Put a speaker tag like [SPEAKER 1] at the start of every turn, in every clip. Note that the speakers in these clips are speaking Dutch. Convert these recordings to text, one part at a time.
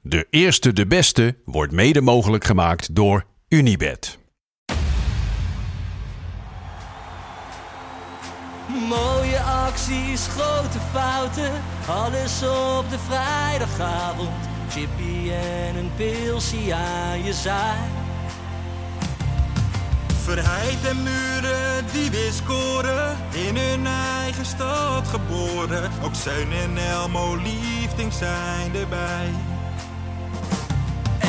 [SPEAKER 1] De eerste, de beste wordt mede mogelijk gemaakt door Unibed.
[SPEAKER 2] Mooie acties, grote fouten, alles op de vrijdagavond. Chippy en een pilsie aan je zaai.
[SPEAKER 3] Verheid en muren die weer scoren, in hun eigen stad geboren. Ook Zeun en Elmo liefdings zijn erbij.
[SPEAKER 2] En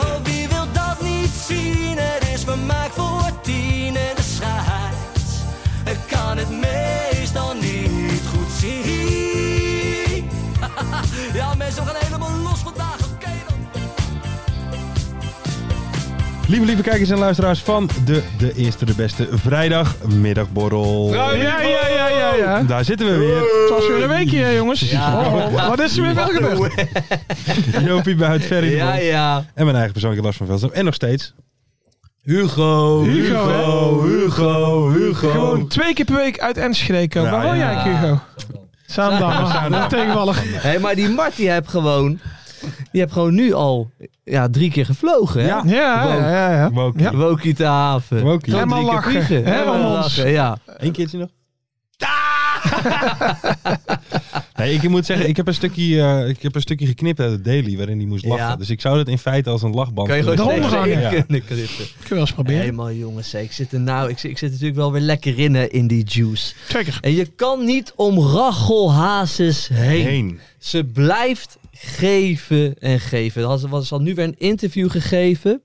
[SPEAKER 2] Oh, wie wil dat niet zien? Het is vermaakt voor tien en de scheids. Ik kan het meestal niet goed zien. Ja, mensen, we gaan helemaal los vandaag. Oké dan.
[SPEAKER 4] Lieve, lieve kijkers en luisteraars van de, de Eerste de Beste Vrijdagmiddagborrel.
[SPEAKER 5] Ja, ja, ja, ja, ja. Het
[SPEAKER 4] Daar zitten we weer.
[SPEAKER 5] was weer een weekje, hè, jongens. Oh, wat is er weer wel gebeurd?
[SPEAKER 4] Jopie buiten Ferry de
[SPEAKER 6] Ja,
[SPEAKER 4] Bond.
[SPEAKER 6] ja.
[SPEAKER 4] En mijn eigen persoonlijke Lars van Velsen. En nog steeds... Hugo,
[SPEAKER 5] Hugo, hè?
[SPEAKER 4] Hugo, Hugo, Hugo.
[SPEAKER 5] Gewoon twee keer per week uit Enschede komen.
[SPEAKER 4] Ja,
[SPEAKER 5] Waar woon
[SPEAKER 4] ja.
[SPEAKER 5] jij, Hugo? Zaandam. Dat tegenvallig.
[SPEAKER 6] Hé, maar die Mart die heb gewoon... Die heb gewoon nu al ja, drie keer gevlogen, hè?
[SPEAKER 4] Ja.
[SPEAKER 5] Ja, ja, ja. ja.
[SPEAKER 4] Wokie.
[SPEAKER 5] Ja.
[SPEAKER 6] Wokie te haven.
[SPEAKER 4] Wokie.
[SPEAKER 6] Gewoon
[SPEAKER 5] Helemaal
[SPEAKER 6] drie keer
[SPEAKER 5] lachen,
[SPEAKER 6] vliegen.
[SPEAKER 5] hè, om ons.
[SPEAKER 6] ja.
[SPEAKER 4] Eén keertje nog. Nee, ik moet zeggen, ik heb een stukje, eh, ik heb een stukje geknipt uit de daily waarin hij moest lachen.
[SPEAKER 6] Ja.
[SPEAKER 4] Dus ik zou dat in feite als een lachband
[SPEAKER 6] Kan je
[SPEAKER 4] kunnen
[SPEAKER 6] gewoon
[SPEAKER 5] Daaronder
[SPEAKER 6] steeds
[SPEAKER 5] hangen.
[SPEAKER 6] in
[SPEAKER 4] Ja.
[SPEAKER 6] kunnen knippen.
[SPEAKER 5] Ik wil eens proberen.
[SPEAKER 6] Helemaal jongens, hè. ik zit er nou... Ik zit, ik zit natuurlijk wel weer lekker in, hè, in die juice.
[SPEAKER 5] Zeker.
[SPEAKER 6] En je kan niet om Rachel Hazes heen.
[SPEAKER 4] heen.
[SPEAKER 6] Ze blijft geven en geven. Er was, was al nu weer een interview gegeven.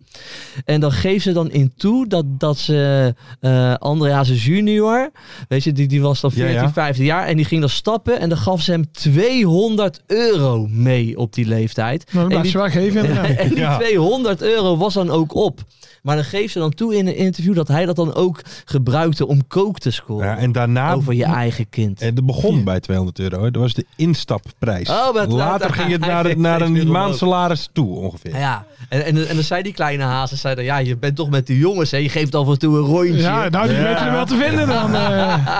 [SPEAKER 6] En dan geeft ze dan in toe dat, dat ze eh André Hazes junior, weet je, die, die was dan
[SPEAKER 4] Ja,
[SPEAKER 6] 14,
[SPEAKER 4] ja.
[SPEAKER 6] 15 jaar. En die ging dan stappen en dan gaf ze hem 200 euro mee op die leeftijd.
[SPEAKER 5] Maar we
[SPEAKER 6] en,
[SPEAKER 5] blijven
[SPEAKER 6] die,
[SPEAKER 5] ze wel geven. inderdaad.
[SPEAKER 6] en die
[SPEAKER 4] Ja.
[SPEAKER 6] 200 euro was dan ook op. Maar dan geeft ze dan toe in een interview dat hij dat dan ook gebruikte om kook te scoren.
[SPEAKER 4] Ja, en daarna
[SPEAKER 6] over je eigen kind.
[SPEAKER 4] En Eh, dat begon bij 200 euro. hè. Dat was de instapprijs.
[SPEAKER 6] Oh, maar het
[SPEAKER 4] Later
[SPEAKER 6] later-
[SPEAKER 4] ging het
[SPEAKER 6] hij
[SPEAKER 4] naar, het-
[SPEAKER 6] kreeg
[SPEAKER 4] naar
[SPEAKER 6] steeds meer
[SPEAKER 4] een
[SPEAKER 6] omhoog.
[SPEAKER 4] maandsalaris toe ongeveer.
[SPEAKER 6] Ja, en, en, en dan zei die kleine hazen, zei dan, ja, je bent toch met die jongens, hè? je geeft af en toe een rondje.
[SPEAKER 5] Ja, nou, die
[SPEAKER 4] Ja.
[SPEAKER 5] weten er wel te vinden dan. eh.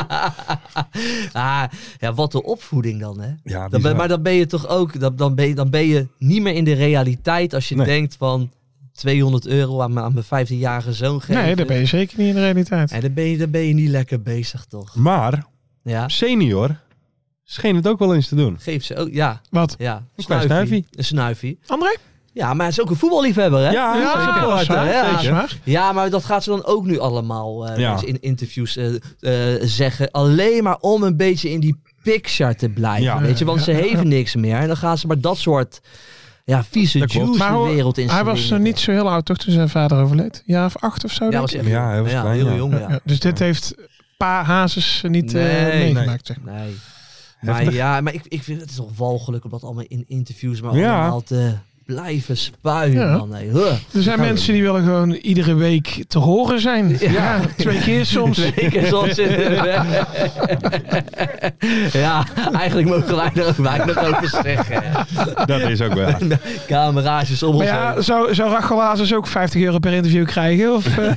[SPEAKER 6] ah, ja, wat een opvoeding dan, hè?
[SPEAKER 4] Ja,
[SPEAKER 6] Dan ben,
[SPEAKER 4] bizar.
[SPEAKER 6] maar dan ben je toch ook, dan, dan, ben je, dan ben je niet meer in de realiteit als je
[SPEAKER 4] Nee.
[SPEAKER 6] denkt van 200 euro aan, mijn- aan mijn 15-jarige zoon geven.
[SPEAKER 5] Nee, daar ben je zeker niet in de realiteit.
[SPEAKER 6] En dan ben je, dan ben je niet lekker bezig, toch?
[SPEAKER 4] Maar
[SPEAKER 6] Ja,
[SPEAKER 4] senior scheen het ook wel eens te doen.
[SPEAKER 6] geef ze ook, ja.
[SPEAKER 5] Wat?
[SPEAKER 6] ja. Een
[SPEAKER 4] klein snuifie.
[SPEAKER 6] Een snuifie.
[SPEAKER 5] André?
[SPEAKER 6] Ja, maar hij is ook een voetballiefhebber, hè?
[SPEAKER 4] Ja,
[SPEAKER 5] Ja,
[SPEAKER 4] zeker.
[SPEAKER 5] dat is waar,
[SPEAKER 6] Ja.
[SPEAKER 5] dat is waar.
[SPEAKER 6] Ja, maar dat gaat ze dan ook nu allemaal eh,
[SPEAKER 4] Ja.
[SPEAKER 6] dus in interviews eh, eh, zeggen. Alleen maar om een beetje in die picture te blijven.
[SPEAKER 4] Ja.
[SPEAKER 6] Weet je, want ze heeft niks meer. En dan gaan ze maar dat soort ja, vieze
[SPEAKER 4] Dat klopt.
[SPEAKER 6] juice
[SPEAKER 5] Maar
[SPEAKER 6] de
[SPEAKER 5] hoe-
[SPEAKER 6] wereld in
[SPEAKER 5] Hij was nog niet zo heel oud, toch, toen zijn vader overleed? Een jaar of acht of zo,
[SPEAKER 6] Ja,
[SPEAKER 5] denk
[SPEAKER 6] was
[SPEAKER 5] ik.
[SPEAKER 6] echt
[SPEAKER 4] Ja, hij was klein,
[SPEAKER 6] heel
[SPEAKER 4] ja.
[SPEAKER 6] jong, ja.
[SPEAKER 5] Ja, dus dit heeft pa Hazes niet eh,
[SPEAKER 6] Nee, nee.
[SPEAKER 5] meegemaakt, zeg maar.
[SPEAKER 6] Nee. Maar ja, maar ik, ik vind het is toch walgelijk om dat allemaal in interviews maar
[SPEAKER 4] Ja.
[SPEAKER 6] allemaal te blijven spuien.
[SPEAKER 5] Ja.
[SPEAKER 6] Man, hey. Huh.
[SPEAKER 5] Er zijn mensen die willen gewoon iedere week te horen zijn. Ja, twee keer soms.
[SPEAKER 6] Twee keer zon zitten in de weg. Ja, eigenlijk mogen wij er ook weinig over zeggen.
[SPEAKER 4] Dat is ook wel.
[SPEAKER 6] Camerages om
[SPEAKER 5] Maar
[SPEAKER 6] ons
[SPEAKER 5] ja,
[SPEAKER 4] dus-
[SPEAKER 6] heen.
[SPEAKER 5] zou, zou Rachel Hazes ook 50 euro per interview krijgen? Of, eh,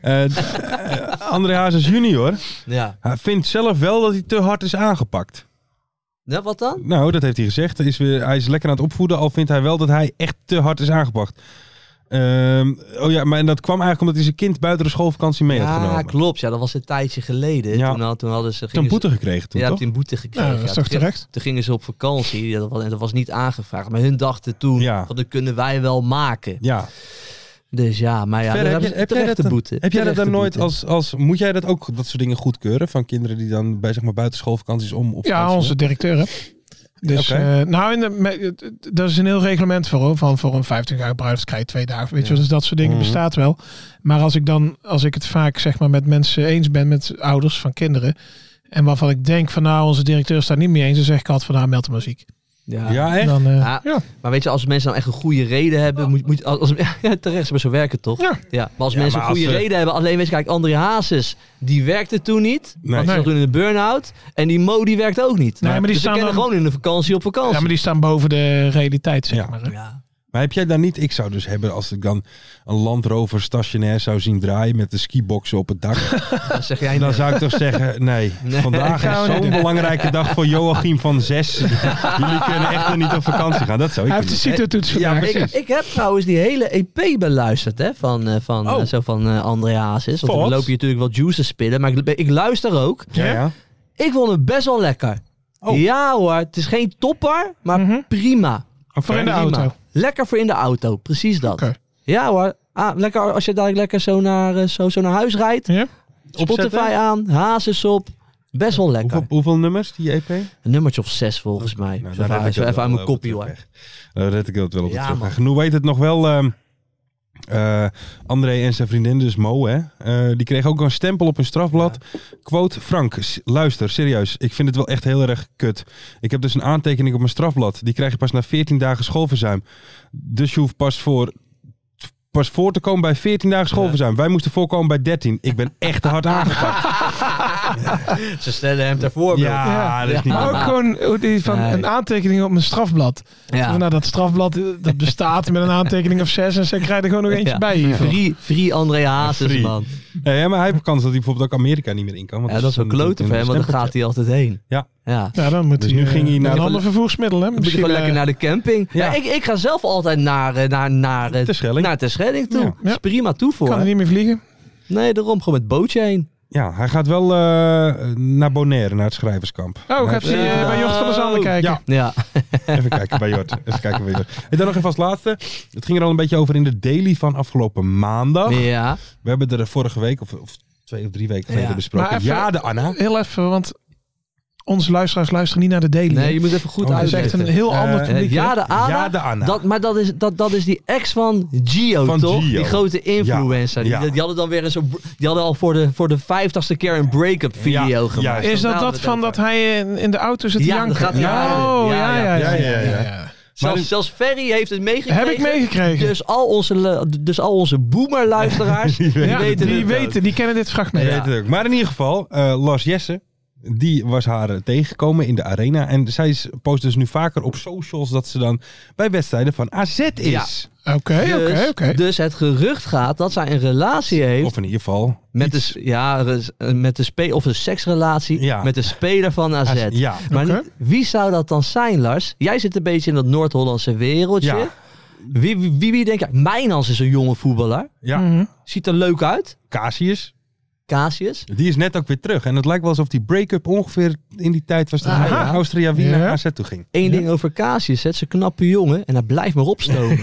[SPEAKER 4] Eh, d- eh, André Hazes junior
[SPEAKER 6] Ja.
[SPEAKER 4] hij vindt zelf wel dat hij te hard is aangepakt.
[SPEAKER 6] Nou, wat dan?
[SPEAKER 4] Nou, dat heeft hij gezegd. Hij is, weer, hij is lekker aan het opvoeden, al vindt hij wel dat hij echt te hard is aangepakt. Ehm, oh ja, maar en dat kwam eigenlijk omdat hij zijn kind buiten de schoolvakantie mee had
[SPEAKER 6] Ja,
[SPEAKER 4] genomen.
[SPEAKER 6] klopt. Ja, dat was een tijdje geleden.
[SPEAKER 4] Ja.
[SPEAKER 6] Toen, had- toen hadden ze...
[SPEAKER 4] Toen
[SPEAKER 6] gingen
[SPEAKER 4] boete gekregen
[SPEAKER 6] ze,
[SPEAKER 4] toen,
[SPEAKER 6] ja,
[SPEAKER 4] toch?
[SPEAKER 6] toen een boete gekregen.
[SPEAKER 5] Nou, dat is
[SPEAKER 6] Ja,
[SPEAKER 5] toch
[SPEAKER 6] toen-
[SPEAKER 5] terecht?
[SPEAKER 6] Toen gingen ze op vakantie. Ja, dat was, en dat was niet aangevraagd. Maar hun dachten toen,
[SPEAKER 4] Ja.
[SPEAKER 6] van, dat kunnen wij wel maken.
[SPEAKER 4] Ja.
[SPEAKER 6] Dus ja, maar ja,
[SPEAKER 4] Verder,
[SPEAKER 6] daar hebben ze terechte
[SPEAKER 4] dan-
[SPEAKER 6] boete.
[SPEAKER 4] Heb jij dat
[SPEAKER 6] Terechte
[SPEAKER 4] dan nooit
[SPEAKER 6] boete.
[SPEAKER 4] als, als... Moet jij dat ook, dat soort dingen goedkeuren? Van kinderen die dan bij zeg maar buitenschoolvakanties om op
[SPEAKER 5] ja,
[SPEAKER 4] vakantie
[SPEAKER 5] onze directeur. hè. Dus,
[SPEAKER 4] Oké.
[SPEAKER 5] eh, nou, in de, me- daar is een heel reglement voor. Hoor, van voor een 50 jaar bruiloft krijg je twee dagen. Weet je, wel, dus dat soort dingen
[SPEAKER 4] Mhm.
[SPEAKER 5] bestaat wel. Maar als ik dan, als ik het vaak zeg maar met mensen eens ben, met ouders van kinderen. En waarvan ik denk van nou, onze directeur staat niet mee eens. Dan zeg ik altijd van nou, meld hem maar ziek.
[SPEAKER 6] Ja.
[SPEAKER 4] Ja, echt?
[SPEAKER 5] Dan, eh,
[SPEAKER 6] Ja.
[SPEAKER 5] ja.
[SPEAKER 6] Maar weet je, als mensen nou echt een goede reden hebben, moet, moet als, ja, terecht, maar zo werken toch?
[SPEAKER 5] Ja.
[SPEAKER 6] Maar als
[SPEAKER 4] Ja,
[SPEAKER 6] mensen
[SPEAKER 4] maar
[SPEAKER 6] een goede
[SPEAKER 4] als, eh,
[SPEAKER 6] reden hebben, alleen weet je, kijk, André Hazes, die werkte toen niet,
[SPEAKER 4] Nee.
[SPEAKER 6] want die zat
[SPEAKER 5] Nee.
[SPEAKER 6] toen in de burn-out, en die Mo, die werkt ook niet.
[SPEAKER 5] Nee, maar die
[SPEAKER 6] dus
[SPEAKER 5] staan
[SPEAKER 6] ze kennen
[SPEAKER 5] dan-
[SPEAKER 6] gewoon in de vakantie op vakantie.
[SPEAKER 5] Ja, maar die staan boven de realiteit, zeg
[SPEAKER 4] Ja.
[SPEAKER 5] maar. hè.
[SPEAKER 6] Ah, Ja.
[SPEAKER 4] Maar heb jij dan niet, ik zou dus hebben als ik dan een landrover stationair zou zien draaien met de skiboxen op het dak.
[SPEAKER 6] Dan zeg jij
[SPEAKER 4] Dan
[SPEAKER 6] nee.
[SPEAKER 4] zou ik toch zeggen, nee,
[SPEAKER 6] Nee,
[SPEAKER 4] vandaag
[SPEAKER 5] gaan
[SPEAKER 4] is
[SPEAKER 5] we niet
[SPEAKER 4] zo'n belangrijke dag voor Joachim van Zes. Jullie kunnen echt nog niet op vakantie gaan, dat zou ik
[SPEAKER 5] Hij heeft
[SPEAKER 4] doen.
[SPEAKER 5] de CITO-toets
[SPEAKER 4] Ja,
[SPEAKER 5] vandaag.
[SPEAKER 4] precies.
[SPEAKER 6] Ik, ik heb trouwens die hele EP beluisterd hè, van, eh, van, eh,
[SPEAKER 4] Oh.
[SPEAKER 6] zo van eh, André Hazes. Want dan
[SPEAKER 4] Wat?
[SPEAKER 6] loop je natuurlijk wel juices spillen, maar ik, ik luister ook.
[SPEAKER 4] Ja, ja.
[SPEAKER 6] Ik vond het best wel lekker.
[SPEAKER 4] Oh.
[SPEAKER 6] Ja hoor, het is geen topper, maar
[SPEAKER 5] Mhm.
[SPEAKER 6] prima.
[SPEAKER 5] Voor in de
[SPEAKER 6] Prima.
[SPEAKER 5] auto.
[SPEAKER 6] Lekker voor in de auto, precies dat.
[SPEAKER 5] Oké.
[SPEAKER 6] Ja hoor, ah, lekker als je dadelijk lekker zo naar, eh, zo, zo naar huis rijdt.
[SPEAKER 5] Ja?
[SPEAKER 6] Spotify aan, hazes op. Best wel lekker.
[SPEAKER 4] Hoeveel, hoeveel nummers, die E EP?
[SPEAKER 6] Een nummertje of zes volgens mij.
[SPEAKER 4] Nou,
[SPEAKER 6] zo
[SPEAKER 4] daar red
[SPEAKER 6] even
[SPEAKER 4] ik
[SPEAKER 6] zo
[SPEAKER 4] dat
[SPEAKER 6] even
[SPEAKER 4] wel
[SPEAKER 6] aan mijn
[SPEAKER 4] op de
[SPEAKER 6] kopie hoor.
[SPEAKER 4] terugweg. Daar Eh, red ik dat wel op de
[SPEAKER 6] Ja,
[SPEAKER 4] terugweg. En hoe heet het nog wel? ehm, eh, André en zijn vriendin, dus Mo, hè, eh, die kreeg ook een stempel op hun strafblad. Quote Frank, s- luister, serieus, ik vind het wel echt heel erg kut. Ik heb dus een aantekening op mijn strafblad. Die krijg je pas na 14 dagen schoolverzuim. Dus je hoeft pas voor... Pas voor te komen bij 14 dagen schoolverzuim. Wij moesten voorkomen bij 13. Ik ben echt te hard aangepakt.
[SPEAKER 6] Ze stellen hem ter voorbeeld.
[SPEAKER 4] Ja, dat is niet
[SPEAKER 5] Maar ook
[SPEAKER 4] normaal.
[SPEAKER 5] gewoon hoe die van
[SPEAKER 6] Nee.
[SPEAKER 5] een aantekening op mijn strafblad.
[SPEAKER 6] Ja.
[SPEAKER 5] Van, nou, dat strafblad eh, dat bestaat met een aantekening of zes. En ze krijgen er gewoon nog eentje
[SPEAKER 6] Ja.
[SPEAKER 5] bij. eh, hiervoor.
[SPEAKER 6] Free, free André Hazes,
[SPEAKER 4] Free.
[SPEAKER 6] man.
[SPEAKER 4] Nee, hè, maar hij heeft kans dat hij bijvoorbeeld ook Amerika niet meer in kan. want
[SPEAKER 6] Ja, dat is wel
[SPEAKER 4] een-
[SPEAKER 6] kloten voor
[SPEAKER 4] een
[SPEAKER 6] hem, want dan
[SPEAKER 4] stempeltje.
[SPEAKER 6] gaat hij altijd heen.
[SPEAKER 4] Ja.
[SPEAKER 6] ja.
[SPEAKER 5] Ja, dan moet
[SPEAKER 4] Dus
[SPEAKER 5] hij,
[SPEAKER 4] nu
[SPEAKER 5] eh,
[SPEAKER 4] ging hij
[SPEAKER 5] met
[SPEAKER 4] naar-
[SPEAKER 5] een ander vervoermiddel. Hè?
[SPEAKER 6] Dan moet je
[SPEAKER 5] Misschien
[SPEAKER 6] gewoon lekker
[SPEAKER 5] eh,
[SPEAKER 6] naar de camping.
[SPEAKER 4] Ja.
[SPEAKER 6] Ja, ik, ik ga zelf altijd naar, eh, naar, naar, eh,
[SPEAKER 4] Terschelling.
[SPEAKER 6] naar Terschelling toe.
[SPEAKER 4] Ja.
[SPEAKER 6] Is prima toe voor.
[SPEAKER 5] kan
[SPEAKER 6] hè?
[SPEAKER 5] hij niet meer vliegen.
[SPEAKER 6] Nee, daarom gewoon met bootje heen.
[SPEAKER 4] Ja, hij gaat wel eh, naar Bonaire, naar het schrijverskamp. Hij
[SPEAKER 5] Oh, gaat hij
[SPEAKER 4] heeft-
[SPEAKER 5] eh, bij Jocht van der Zanden kijken?
[SPEAKER 4] Ja.
[SPEAKER 6] Ja.
[SPEAKER 4] Even kijken bij Jort. Even kijken bij Jort. En dan nog even als laatste. Het ging er al een beetje over in de daily van afgelopen maandag.
[SPEAKER 6] ja.
[SPEAKER 4] We hebben er vorige week, of, of twee of drie weken geleden
[SPEAKER 6] Ja.
[SPEAKER 4] besproken.
[SPEAKER 5] Maar even-
[SPEAKER 4] ja, de Anna.
[SPEAKER 5] Heel even, want onze luisteraars luisteren niet naar de daily.
[SPEAKER 6] Nee, je moet even goed
[SPEAKER 4] Oh,
[SPEAKER 5] dat is echt
[SPEAKER 6] uitleggen.
[SPEAKER 5] een heel
[SPEAKER 4] Eh,
[SPEAKER 5] ander publiek.
[SPEAKER 6] Eh, ja,
[SPEAKER 5] hè?
[SPEAKER 6] de Ada.
[SPEAKER 4] Ja, de Anna.
[SPEAKER 6] Dat, maar dat is, dat, dat is die ex van Gio,
[SPEAKER 4] Van
[SPEAKER 6] toch?
[SPEAKER 4] Gio.
[SPEAKER 6] Die grote influencer.
[SPEAKER 4] Ja.
[SPEAKER 6] Die, die hadden dan weer een soort... Die hadden al voor de, voor de vijftigste keer een break-up video
[SPEAKER 4] Ja,
[SPEAKER 6] gemaakt. Nou,
[SPEAKER 4] juist.
[SPEAKER 5] Is dat
[SPEAKER 6] Daar
[SPEAKER 5] dat
[SPEAKER 6] hadden we het
[SPEAKER 5] van dat
[SPEAKER 6] over.
[SPEAKER 5] hij in, in de auto zit te
[SPEAKER 6] Ja, dan
[SPEAKER 5] janken?
[SPEAKER 6] gaat hij
[SPEAKER 5] oh,
[SPEAKER 6] rijden.
[SPEAKER 5] ja,
[SPEAKER 6] Ja,
[SPEAKER 5] ja, ja.
[SPEAKER 4] ja, ja, ja.
[SPEAKER 6] Zelfs,
[SPEAKER 4] Maar-
[SPEAKER 6] zelfs Ferry heeft het meegekregen.
[SPEAKER 5] Heb ik meegekregen.
[SPEAKER 6] Dus al onze, le- dus al onze boomer-luisteraars, die,
[SPEAKER 5] Ja,
[SPEAKER 6] weten
[SPEAKER 5] die
[SPEAKER 6] het ook.
[SPEAKER 5] weten, die kennen dit fragment.
[SPEAKER 4] Ik weet het ook. Maar in ieder geval, eh Lars Jesse, die was haar eh, tegengekomen in de arena. En zij is- post dus nu vaker op socials dat ze dan bij wedstrijden van AZ is.
[SPEAKER 5] Oké,
[SPEAKER 6] Dus,
[SPEAKER 5] oké, oké.
[SPEAKER 6] dus het gerucht gaat dat zij een relatie heeft
[SPEAKER 4] Of in ieder geval.
[SPEAKER 6] met, de,
[SPEAKER 4] iets-
[SPEAKER 6] s- ja, res- eh, met de spe, of een seksrelatie
[SPEAKER 4] Ja.
[SPEAKER 6] met de speler van AZ.
[SPEAKER 4] Ja.
[SPEAKER 6] Maar
[SPEAKER 5] Oké.
[SPEAKER 6] wie zou dat dan zijn, Lars? Jij zit een beetje in dat Noord-Hollandse wereldje.
[SPEAKER 4] Ja.
[SPEAKER 6] Wie, wie, wie, wie denk jij? Mijnans is een jonge voetballer.
[SPEAKER 4] Ja.
[SPEAKER 5] Mhm.
[SPEAKER 6] Ziet er leuk uit.
[SPEAKER 4] Casius.
[SPEAKER 6] Casius.
[SPEAKER 4] Die is net ook weer terug. En het lijkt wel alsof die break-up ongeveer in die tijd was dat
[SPEAKER 6] Ah,
[SPEAKER 4] hij
[SPEAKER 5] Aha.
[SPEAKER 4] naar Austria Wien
[SPEAKER 5] Ja.
[SPEAKER 4] naar AZ toe ging.
[SPEAKER 6] Eén ding over Casius, het is een knappe jongen en hij blijft maar opstomen.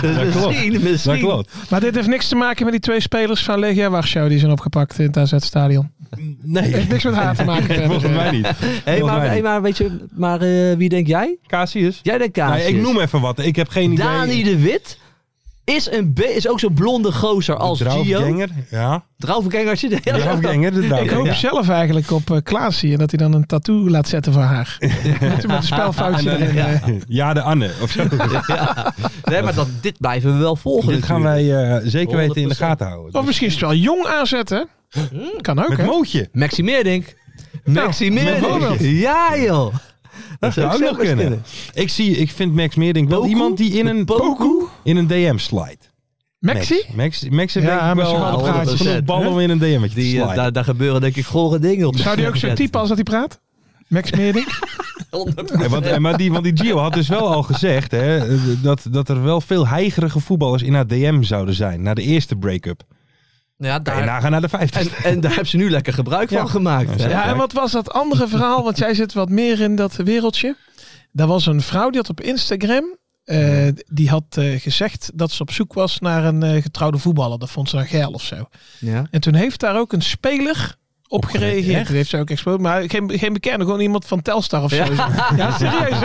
[SPEAKER 6] Dus
[SPEAKER 4] Dat klopt.
[SPEAKER 6] misschien, misschien.
[SPEAKER 4] Dat klopt.
[SPEAKER 5] Maar dit heeft niks te maken met die twee spelers van Legia Warschau die zijn opgepakt in het AZ-stadion.
[SPEAKER 4] Nee,
[SPEAKER 5] Heeft niks met haar te maken. verder. eh.
[SPEAKER 4] volgens mij niet.
[SPEAKER 6] Hey,
[SPEAKER 4] Volgens
[SPEAKER 6] maar,
[SPEAKER 4] mij
[SPEAKER 6] hey,
[SPEAKER 4] niet.
[SPEAKER 6] maar weet je, maar eh, wie denk jij?
[SPEAKER 4] Casius.
[SPEAKER 6] Jij denkt Casius.
[SPEAKER 4] Nee, ik noem even wat. Ik heb geen idee.
[SPEAKER 6] Dani de Wit is, een be- is ook zo'n blonde gozer als Gio.
[SPEAKER 4] Draufganger. Ja,
[SPEAKER 6] Draufganger. zit er-
[SPEAKER 4] Draufganger. De
[SPEAKER 5] Ik hoop
[SPEAKER 4] Draufganger. Ja.
[SPEAKER 5] zelf eigenlijk op eh Klaasie en dat hij dan een tattoo laat zetten voor haar. Met een
[SPEAKER 4] En
[SPEAKER 5] spelfoutje
[SPEAKER 4] dan-
[SPEAKER 5] erin. eh.
[SPEAKER 4] Ja, de Anne. Of zo.
[SPEAKER 6] Nee, maar dat, dit blijven we wel volgen
[SPEAKER 4] Dit gaan
[SPEAKER 6] natuurlijk.
[SPEAKER 4] wij eh, zeker weten in de
[SPEAKER 6] 100%.
[SPEAKER 4] gaten houden. Dus
[SPEAKER 5] Of misschien is het wel jong aanzetten. Kan ook,
[SPEAKER 4] Met
[SPEAKER 5] hè?
[SPEAKER 4] Mootje.
[SPEAKER 6] Maxi Meerdink.
[SPEAKER 5] Nou,
[SPEAKER 6] Maxi Meerdink.
[SPEAKER 4] bijvoorbeeld.
[SPEAKER 6] Ja joh.
[SPEAKER 4] Dat zou ook nog
[SPEAKER 6] zomaar
[SPEAKER 4] kunnen. Ik, zie, ik vind Max Meerdink wel
[SPEAKER 6] Poku?
[SPEAKER 4] iemand die in een,
[SPEAKER 6] Poku?
[SPEAKER 4] in een DM slide.
[SPEAKER 5] Maxi?
[SPEAKER 4] Max, Max heeft
[SPEAKER 5] Ja,
[SPEAKER 4] denk ik
[SPEAKER 5] maar ze
[SPEAKER 4] wel
[SPEAKER 5] hadden
[SPEAKER 6] praatjes.
[SPEAKER 4] genoeg ballen om in een DM te
[SPEAKER 6] Die, eh,
[SPEAKER 4] sliden.
[SPEAKER 6] daar, daar gebeuren denk ik gore dingen op.
[SPEAKER 5] Zou die ook zo'n type als dat hij praat? Max Meerdink?
[SPEAKER 4] Ja, want, eh, maar die, want die Gio had dus wel al gezegd hè, eh, dat, dat er wel veel heigerige voetballers in haar DM zouden zijn. Na de eerste break-up.
[SPEAKER 6] Ja,
[SPEAKER 4] Kan je
[SPEAKER 6] daar,
[SPEAKER 4] nagaan naar de
[SPEAKER 6] en,
[SPEAKER 4] vijftigste.
[SPEAKER 6] en daar hebben ze nu lekker gebruik
[SPEAKER 4] Ja.
[SPEAKER 6] van gemaakt. hè?
[SPEAKER 5] Ja, en wat was dat andere verhaal? Want jij zit wat meer in dat wereldje. Daar was een vrouw die had op Instagram... eh, die had eh, gezegd dat ze op zoek was naar een eh, getrouwde voetballer. Dat vond ze dan geil of zo.
[SPEAKER 6] Ja.
[SPEAKER 5] En toen heeft daar ook een speler op gereageerd.
[SPEAKER 4] echt?
[SPEAKER 5] Die heeft ze ook expo, maar geen, geen bekende, gewoon iemand van Telstar of zo. Ja, serieus.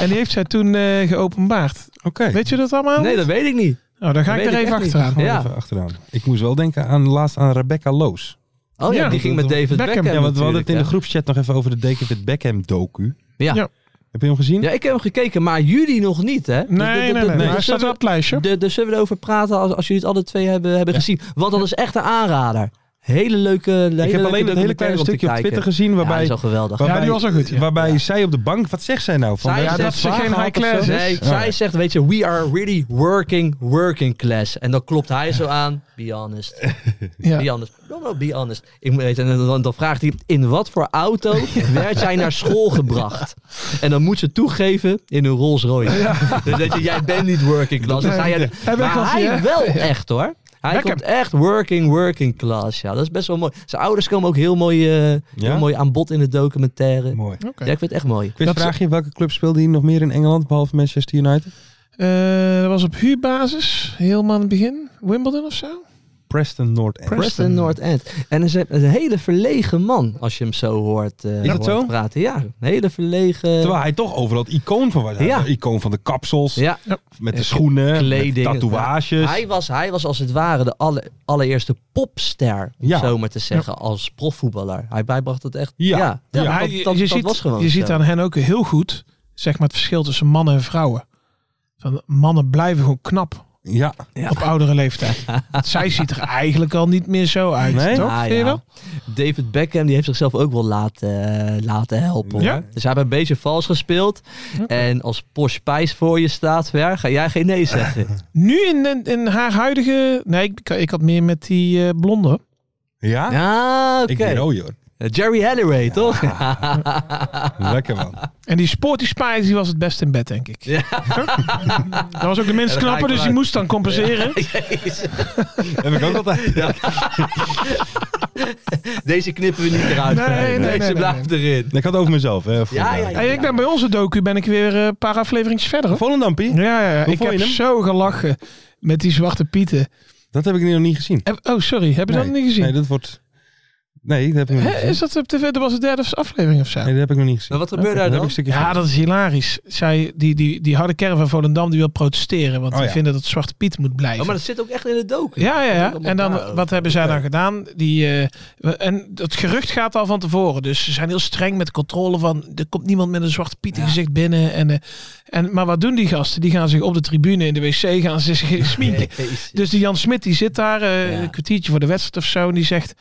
[SPEAKER 5] En die heeft zij toen eh, geopenbaard.
[SPEAKER 4] Oké,
[SPEAKER 5] Weet je dat allemaal?
[SPEAKER 6] Nee, dat weet ik niet.
[SPEAKER 5] Nou, daar ga
[SPEAKER 6] dat
[SPEAKER 5] ik er
[SPEAKER 6] weet ik
[SPEAKER 5] even
[SPEAKER 6] echt niet.
[SPEAKER 5] achteraan.
[SPEAKER 4] Gewoon
[SPEAKER 6] ja.
[SPEAKER 4] even achteraan. Ik moest wel denken aan laatst aan Rebecca Loos.
[SPEAKER 6] Oh ja,
[SPEAKER 5] Ja,
[SPEAKER 6] die ging met David
[SPEAKER 5] Beckham.
[SPEAKER 6] Beckham.
[SPEAKER 5] Ja,
[SPEAKER 4] Ja, want we hadden het in de
[SPEAKER 6] natuurlijk,
[SPEAKER 4] groepschat nog even over de David Beckham docu.
[SPEAKER 6] hè? Ja.
[SPEAKER 5] Ja.
[SPEAKER 4] Heb je hem gezien?
[SPEAKER 6] Ja, ik heb hem gekeken, maar jullie nog niet, hè? Dus
[SPEAKER 5] Nee, nee,
[SPEAKER 6] de- de-
[SPEAKER 5] nee.
[SPEAKER 6] de-
[SPEAKER 5] nee.
[SPEAKER 6] dus
[SPEAKER 5] Hij staat
[SPEAKER 6] zullen
[SPEAKER 5] wel
[SPEAKER 6] we-
[SPEAKER 5] op het lijstje.
[SPEAKER 6] de- Dus zullen we erover praten als, als jullie het alle twee hebben, hebben gezien. Want dat is echt een aanrader. Hele leuke hele
[SPEAKER 4] ik heb
[SPEAKER 6] leuke
[SPEAKER 4] alleen dat hele kleine
[SPEAKER 6] documentaire om te
[SPEAKER 4] stukje op
[SPEAKER 6] kijken.
[SPEAKER 4] Twitter gezien
[SPEAKER 6] Ja,
[SPEAKER 4] waarbij,
[SPEAKER 6] dat is al geweldig.
[SPEAKER 5] Ja, die was wel goed. ja.
[SPEAKER 4] waarbij zij op de bank... Wat zegt zij nou? Van,
[SPEAKER 6] Zij
[SPEAKER 4] ja,
[SPEAKER 6] zegt
[SPEAKER 5] dat ze
[SPEAKER 6] vaag
[SPEAKER 5] geen
[SPEAKER 6] had
[SPEAKER 5] high
[SPEAKER 6] of zo.
[SPEAKER 5] class is.
[SPEAKER 6] Nee,
[SPEAKER 4] Oh.
[SPEAKER 6] zij zegt, weet je, we are really working, working class. En dan klopt hij zo aan, be honest,
[SPEAKER 5] Ja.
[SPEAKER 6] be honest. No, no, be honest. Ik weet, en dan, dan vraagt hij, in wat voor auto werd jij naar school gebracht? En dan moet ze toegeven, in een Rolls Royce. Dus weet je, jij bent niet working class. Dus
[SPEAKER 5] Nee,
[SPEAKER 6] hij,
[SPEAKER 5] nee. Hij werkt
[SPEAKER 6] maar
[SPEAKER 5] als hij,
[SPEAKER 6] hij
[SPEAKER 5] hè?
[SPEAKER 6] wel echt hoor. Hij
[SPEAKER 5] Beckham.
[SPEAKER 6] komt echt working, working class. Ja, dat is best wel mooi. Zijn ouders komen ook heel mooi, eh,
[SPEAKER 4] Ja?
[SPEAKER 6] heel mooi aan bod in de documentaire.
[SPEAKER 4] Mooi.
[SPEAKER 5] Oké.
[SPEAKER 6] Ja, ik vind het echt mooi.
[SPEAKER 4] Quizvraagje, welke club speelde hij nog meer in Engeland, behalve Manchester United?
[SPEAKER 5] Eh, dat was op huurbasis, helemaal aan het begin. Wimbledon of zo?
[SPEAKER 4] Preston North End.
[SPEAKER 6] Preston North End. En hij is een, een hele verlegen man, als je hem zo hoort, eh,
[SPEAKER 4] dat
[SPEAKER 6] hoort
[SPEAKER 4] zo?
[SPEAKER 6] praten. Ja, een hele verlegen...
[SPEAKER 4] Terwijl hij toch overal het icoon van was. Hij
[SPEAKER 6] Ja.
[SPEAKER 4] was het Icoon van de kapsels,
[SPEAKER 6] ja,
[SPEAKER 4] met de schoenen,
[SPEAKER 6] kleding.
[SPEAKER 4] met tatoeages.
[SPEAKER 6] hij, was, hij was als het ware de alle, allereerste popster, om
[SPEAKER 4] Ja.
[SPEAKER 6] zo maar te zeggen, als profvoetballer. Hij bijbracht dat echt...
[SPEAKER 4] Ja.
[SPEAKER 6] Ja,
[SPEAKER 4] Ja,
[SPEAKER 6] dat-
[SPEAKER 5] Maar
[SPEAKER 6] dat,
[SPEAKER 5] je-
[SPEAKER 6] dat-
[SPEAKER 5] je
[SPEAKER 6] dat
[SPEAKER 5] ziet,
[SPEAKER 6] was gewoon
[SPEAKER 5] Je
[SPEAKER 6] zo.
[SPEAKER 5] ziet aan hen ook heel goed zeg maar, het verschil tussen mannen en vrouwen. Van, mannen blijven gewoon knap
[SPEAKER 4] Ja,
[SPEAKER 5] op oudere leeftijd. Want Zij ziet er eigenlijk al niet meer zo uit,
[SPEAKER 4] Nee?
[SPEAKER 5] toch?
[SPEAKER 6] Ah,
[SPEAKER 5] Vind je
[SPEAKER 6] ja.
[SPEAKER 5] wel?
[SPEAKER 6] David Beckham die heeft zichzelf ook wel laten, eh, laten helpen.
[SPEAKER 5] Ja?
[SPEAKER 6] hoor. Dus hij heeft een beetje vals gespeeld. En als Porsche Pijs voor je staat, Ver, ga jij geen nee zeggen.
[SPEAKER 5] Nu in, in, in haar huidige... Nee, ik, ik had meer met die eh, blonde.
[SPEAKER 4] ja.
[SPEAKER 6] ah, oké. Eh,
[SPEAKER 4] Ik ben rode hoor.
[SPEAKER 6] Jerry Halliway, toch?
[SPEAKER 4] Lekker man.
[SPEAKER 5] En die Sporty Spice die was het best in bed, denk ik.
[SPEAKER 6] Ja.
[SPEAKER 5] Dat was ook de minst
[SPEAKER 6] Ja, daar ga ik
[SPEAKER 5] knappe, dus die
[SPEAKER 6] vanuit.
[SPEAKER 5] moest dan compenseren.
[SPEAKER 4] Heb ik ook altijd.
[SPEAKER 6] Deze knippen we niet eruit.
[SPEAKER 5] Nee,
[SPEAKER 6] Ver.
[SPEAKER 5] nee, nee,
[SPEAKER 6] Deze
[SPEAKER 5] nee,
[SPEAKER 6] blijft erin.
[SPEAKER 4] Ik had het over mezelf. Hè, voor-
[SPEAKER 6] Ja, ja, ja.
[SPEAKER 5] Hey, ik ben bij onze docu ben ik weer eh, een paar afleveringen verder. hoor.
[SPEAKER 4] Volendampie?
[SPEAKER 5] Ja, ja, ja.
[SPEAKER 4] Hoe
[SPEAKER 5] ik
[SPEAKER 4] vond je
[SPEAKER 5] heb
[SPEAKER 4] hem?
[SPEAKER 5] zo gelachen met die zwarte pieten.
[SPEAKER 4] Dat heb ik nog niet gezien.
[SPEAKER 5] Heb- Oh, sorry. Heb je dat niet gezien?
[SPEAKER 4] Nee, dat wordt... Nee, dat heb ik nog niet
[SPEAKER 5] Hè,
[SPEAKER 4] gezien.
[SPEAKER 5] is dat op tv? Dat was de derde aflevering of zo.
[SPEAKER 4] Nee, dat heb ik nog niet gezien.
[SPEAKER 6] Maar wat gebeurt
[SPEAKER 4] Oké,
[SPEAKER 6] daar
[SPEAKER 4] dat
[SPEAKER 6] dan?
[SPEAKER 4] Heb ik een stukje
[SPEAKER 5] Ja,
[SPEAKER 4] gezien.
[SPEAKER 5] dat is hilarisch. Zij, die, die, die harde kern van Volendam die wil protesteren. Want
[SPEAKER 4] Oh,
[SPEAKER 5] die
[SPEAKER 4] ja.
[SPEAKER 5] vinden dat Zwarte Piet moet blijven.
[SPEAKER 6] Oh, maar dat zit ook echt in de docu.
[SPEAKER 5] Ja, ja,
[SPEAKER 6] Dat
[SPEAKER 5] ja.
[SPEAKER 6] is ook
[SPEAKER 5] En
[SPEAKER 6] allemaal
[SPEAKER 5] dan, wat
[SPEAKER 6] daar.
[SPEAKER 5] hebben zij
[SPEAKER 6] Oké.
[SPEAKER 5] dan gedaan? Die, eh, we- en het gerucht gaat al van tevoren. Dus ze zijn heel streng met de controle van... er komt niemand met een zwarte piet in gezicht binnen. En, eh, en, maar wat doen die gasten? Die gaan zich op de tribune in de wc gaan ze zich sminken.
[SPEAKER 6] Jezus.
[SPEAKER 5] Dus die Jan Smit die zit daar eh,
[SPEAKER 6] Ja.
[SPEAKER 5] een kwartiertje voor de wedstrijd of zo. En die zegt...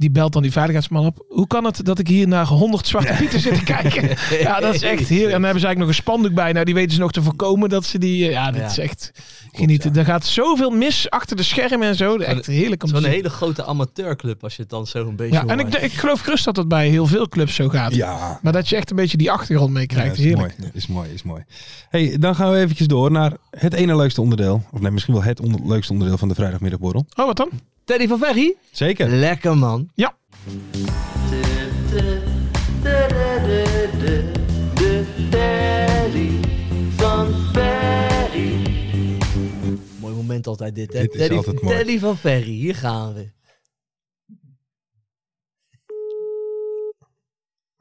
[SPEAKER 5] Die belt dan die veiligheidsman op. Hoe kan het dat ik hier naar 100 zwarte pieten zit te kijken? Ja, dat is echt heel. En dan hebben ze eigenlijk nog een spandoek bij. Nou, die weten ze nog te voorkomen dat ze die. eh, Ja, dit
[SPEAKER 6] Ja.
[SPEAKER 5] is echt genieten. Er gaat zoveel mis achter de schermen en zo. Echt heerlijk
[SPEAKER 6] Het is
[SPEAKER 5] om te
[SPEAKER 6] wel een
[SPEAKER 5] zien.
[SPEAKER 6] hele grote amateurclub als je het dan zo een beetje
[SPEAKER 5] Ja, en ik,
[SPEAKER 6] hoort.
[SPEAKER 5] ik geloof gerust dat het bij heel veel clubs zo gaat.
[SPEAKER 4] Ja.
[SPEAKER 5] Maar dat je echt een beetje die achtergrond
[SPEAKER 4] Ja,
[SPEAKER 5] meekrijgt.
[SPEAKER 4] is
[SPEAKER 5] heerlijk.
[SPEAKER 4] mooi. Is mooi, is mooi. Hey, dan gaan we eventjes door naar het ene leukste onderdeel. Of nee, misschien wel het onder- leukste onderdeel van de vrijdagmiddagborrel.
[SPEAKER 5] Oh, wat dan?
[SPEAKER 6] Teddy van Verrie?
[SPEAKER 4] Zeker.
[SPEAKER 6] Lekker man.
[SPEAKER 5] Ja.
[SPEAKER 6] Mooi moment altijd dit, hè?
[SPEAKER 4] Dit is
[SPEAKER 6] Teddy,
[SPEAKER 4] altijd mooi.
[SPEAKER 6] Teddy van Verrie, hier gaan we.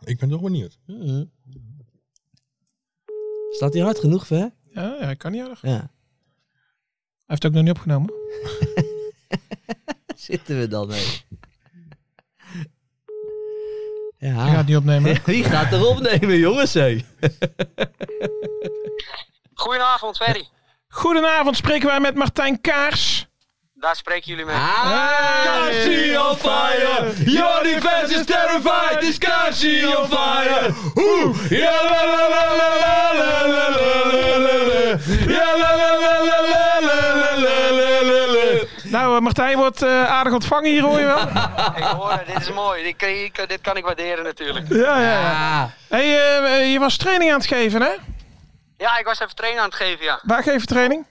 [SPEAKER 4] Ik ben toch benieuwd.
[SPEAKER 6] Mhm. Staat hij hard genoeg, Ver?
[SPEAKER 5] Ja, ja, kan niet aardig. Hij
[SPEAKER 6] Ja.
[SPEAKER 5] heeft het ook nog niet opgenomen.
[SPEAKER 6] Zitten we dan mee?
[SPEAKER 5] Hij gaat
[SPEAKER 6] Ja.
[SPEAKER 5] het niet opnemen.
[SPEAKER 6] Wie gaat er opnemen, jongens? hé?
[SPEAKER 7] Goedenavond, Ferry.
[SPEAKER 5] Goedenavond, spreken wij met Martijn Kaars.
[SPEAKER 7] Daar spreken jullie mee.
[SPEAKER 5] Ah. Kaarsie on fire. Your defense is terrified.
[SPEAKER 6] This Kashi on fire.
[SPEAKER 5] Nou, eh, Martijn wordt eh, aardig ontvangen hier, hoor je wel.
[SPEAKER 7] Ik hoor het, dit is mooi. Dit kan, ik- dit kan ik waarderen natuurlijk.
[SPEAKER 5] Ja, ja, ja. Hey, eh, eh, je was training aan het geven, hè?
[SPEAKER 7] Ja, ik was even training aan het geven, ja.
[SPEAKER 5] Waar geef je training?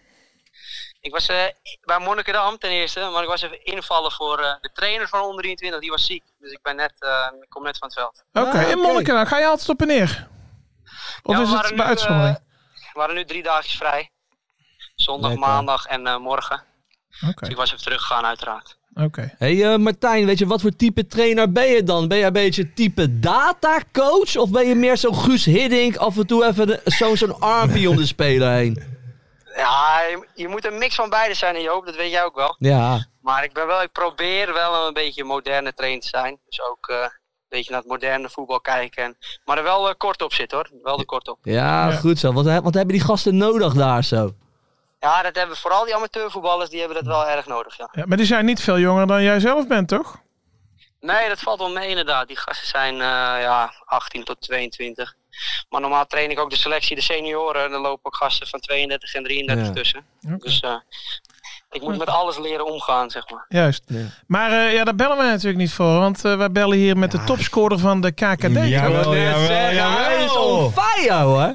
[SPEAKER 7] Ik was eh, bij Monnikendam ten eerste, maar ik was even invallen voor eh, de trainer van onder 23. Die was ziek, dus ik, ben net, eh, ik kom net van het veld.
[SPEAKER 5] Oké,
[SPEAKER 6] Ah,
[SPEAKER 5] in
[SPEAKER 6] oké.
[SPEAKER 5] Monniken, dan ga je altijd op en neer? Of
[SPEAKER 7] Ja, we
[SPEAKER 5] is het
[SPEAKER 7] waren
[SPEAKER 5] bij
[SPEAKER 7] nu,
[SPEAKER 5] uitzondering?
[SPEAKER 7] eh, we waren nu drie dagjes vrij. Zondag,
[SPEAKER 6] Lekker.
[SPEAKER 7] maandag en eh, morgen.
[SPEAKER 5] Oké,
[SPEAKER 7] Dus ik was even teruggegaan uiteraard.
[SPEAKER 5] oké.
[SPEAKER 6] Hey eh, Martijn, weet je, wat voor type trainer ben je dan? Ben je een beetje type datacoach? Of ben je meer zo'n Guus Hiddink af en toe even de- zo- zo'n armpje om de speler heen?
[SPEAKER 7] Ja, je, je moet een mix van beide zijn, Joop. Dat weet jij ook wel.
[SPEAKER 6] Ja.
[SPEAKER 7] Maar ik, ben wel, ik probeer wel een beetje een moderne trainer te zijn. Dus ook eh, beetje naar het moderne voetbal kijken. En, maar er wel eh, kort op zit hoor. Wel de kort op.
[SPEAKER 6] Ja,
[SPEAKER 5] Ja.
[SPEAKER 6] goed zo. Wat, he- wat hebben die gasten nodig daar zo?
[SPEAKER 7] Ja, dat hebben vooral die amateurvoetballers, die hebben dat wel erg nodig. Ja.
[SPEAKER 5] Ja, maar die zijn niet veel jonger dan jij zelf bent, toch?
[SPEAKER 7] Nee, dat valt wel mee inderdaad. Die gasten zijn eh, ja, 18 tot 22. Maar normaal train ik ook de selectie, de senioren. En dan lopen ook gasten van 32 en 33
[SPEAKER 6] Ja.
[SPEAKER 7] tussen.
[SPEAKER 5] Oké.
[SPEAKER 7] Dus eh, ik moet met alles leren omgaan, zeg maar.
[SPEAKER 5] Juist.
[SPEAKER 6] Ja.
[SPEAKER 5] Maar eh, ja, daar bellen we natuurlijk niet voor. Want eh, wij bellen hier met de topscorer van de KKD.
[SPEAKER 4] Jawel, jawel, jawel.
[SPEAKER 6] Hij is on fire hoor.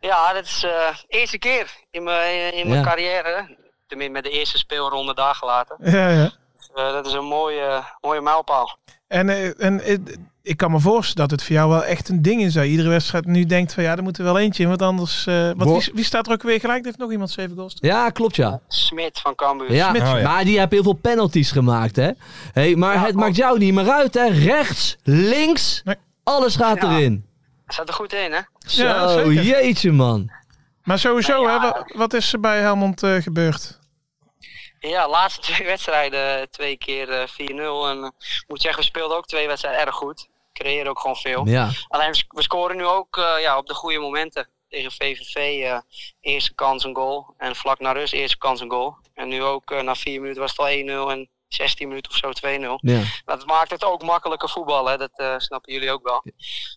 [SPEAKER 7] Ja, dat is eh eerste keer in mijn, in mijn
[SPEAKER 6] Ja.
[SPEAKER 7] carrière. Tenminste, met de eerste speelronde dagen later.
[SPEAKER 5] Ja, ja.
[SPEAKER 7] Eh, dat is een mooie, mooie mijlpaal.
[SPEAKER 5] En, eh, en eh, ik kan me voorstellen dat het voor jou wel echt een ding is. Dat je iedere wedstrijd nu denkt van ja, er moet er wel eentje in. Want anders... eh want
[SPEAKER 6] Wo-
[SPEAKER 5] wie, wie staat er ook weer gelijk? Er heeft nog iemand zeven goals.
[SPEAKER 6] Ja, klopt ja.
[SPEAKER 7] Smit van Cambuur.
[SPEAKER 6] Ja,
[SPEAKER 4] Smit. Oh, ja.
[SPEAKER 6] maar die heeft heel veel penalties gemaakt, hè? Hey, maar
[SPEAKER 7] Ja,
[SPEAKER 6] het
[SPEAKER 7] klopt.
[SPEAKER 6] maakt jou niet meer uit, hè? Rechts, links,
[SPEAKER 5] Nee.
[SPEAKER 6] alles gaat
[SPEAKER 7] Ja.
[SPEAKER 6] erin.
[SPEAKER 7] Staat er goed in, hè?
[SPEAKER 6] Zo,
[SPEAKER 5] Ja, zeker.
[SPEAKER 6] jeetje, man.
[SPEAKER 5] Maar sowieso,
[SPEAKER 7] Nou ja.
[SPEAKER 5] hè, wa- wat, is er bij Helmond eh, gebeurd?
[SPEAKER 7] Ja, laatste twee wedstrijden twee keer eh, 4-0. En eh, ik moet zeggen, we speelden ook twee wedstrijden erg goed. Creëerden ook gewoon veel.
[SPEAKER 6] Ja,
[SPEAKER 7] Alleen we sc- we scoren nu ook eh, ja, op de goede momenten. Tegen VVV eh, eerste kans een goal. En vlak na rust eerste kans een goal. En nu ook eh, na vier minuten was het al 1-0 en 16 minuten of zo 2-0.
[SPEAKER 6] ja.
[SPEAKER 7] Dat maakt het ook makkelijker voetballen, hè. dat eh, snappen jullie ook wel.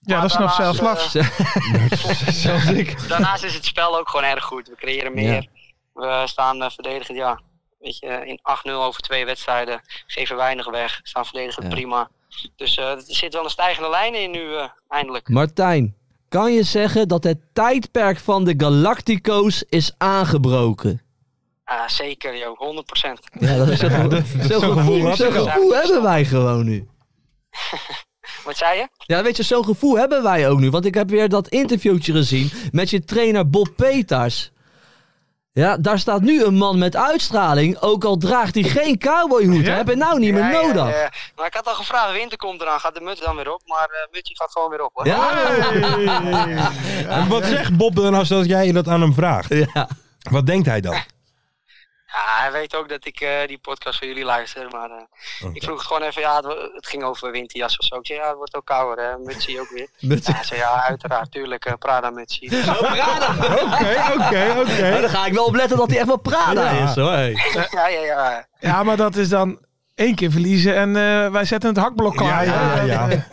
[SPEAKER 5] Ja, dat snapt zelfs
[SPEAKER 7] daarnaast,
[SPEAKER 5] Lars.
[SPEAKER 6] Zelfs ik.
[SPEAKER 7] Daarnaast is het spel ook gewoon erg goed. We creëren
[SPEAKER 6] Ja.
[SPEAKER 7] meer. We staan eh, verdedigend, ja. Weet je, in 8-0 over twee wedstrijden geven weinig weg. Staan verdedigend
[SPEAKER 6] Ja.
[SPEAKER 7] prima. Dus eh, er zit wel een stijgende lijn in nu, eh, eindelijk.
[SPEAKER 6] Martijn, kan je zeggen dat het tijdperk van de Galactico's is aangebroken?
[SPEAKER 7] Ah, zeker, joh, 100%.
[SPEAKER 6] Ja, dat is zo'n zo
[SPEAKER 4] zo'n gevoel
[SPEAKER 6] gevoel,
[SPEAKER 4] had
[SPEAKER 6] zo'n
[SPEAKER 4] ik al.
[SPEAKER 6] gevoel hebben wij gewoon nu.
[SPEAKER 7] Wat zei je?
[SPEAKER 6] Ja, weet je, zo'n gevoel hebben wij ook nu. Want ik heb weer dat interviewtje gezien met je trainer Bob Peters. Ja, daar staat nu een man met uitstraling, ook al draagt hij geen cowboyhoed.
[SPEAKER 5] Ja?
[SPEAKER 6] Heb je nou niet
[SPEAKER 7] Ja,
[SPEAKER 6] meer
[SPEAKER 7] ja,
[SPEAKER 6] nodig. Ja,
[SPEAKER 7] ja. Maar ik had al gevraagd, winter komt eraan, gaat de muts dan weer op? Maar eh mutje gaat gewoon weer op, hoor.
[SPEAKER 4] En wat zegt Bob dan als dat jij dat aan hem vraagt? Wat denkt hij dan?
[SPEAKER 7] Ja, hij weet ook dat ik eh, die podcast van jullie luister, maar eh, ik vroeg het gewoon even, ja, het, wo- het ging over winterjas of zo. Ik zei, ja, het wordt ook kouder, hè, mutsie ook weer.
[SPEAKER 6] Met-
[SPEAKER 7] Ja, hij zei, ja, uiteraard, tuurlijk, eh, Prada mutsie.
[SPEAKER 4] Oké, oké,
[SPEAKER 6] Ja,
[SPEAKER 4] oké.
[SPEAKER 6] Oh, dan ga ik wel op letten dat hij echt wel Prada
[SPEAKER 4] Ja.
[SPEAKER 6] is hoor. hey.
[SPEAKER 7] ja, ja, ja.
[SPEAKER 5] Ja, maar dat is dan één keer verliezen en eh, wij zetten het hakblok
[SPEAKER 4] Ja,
[SPEAKER 5] klaar.
[SPEAKER 4] ja, ja.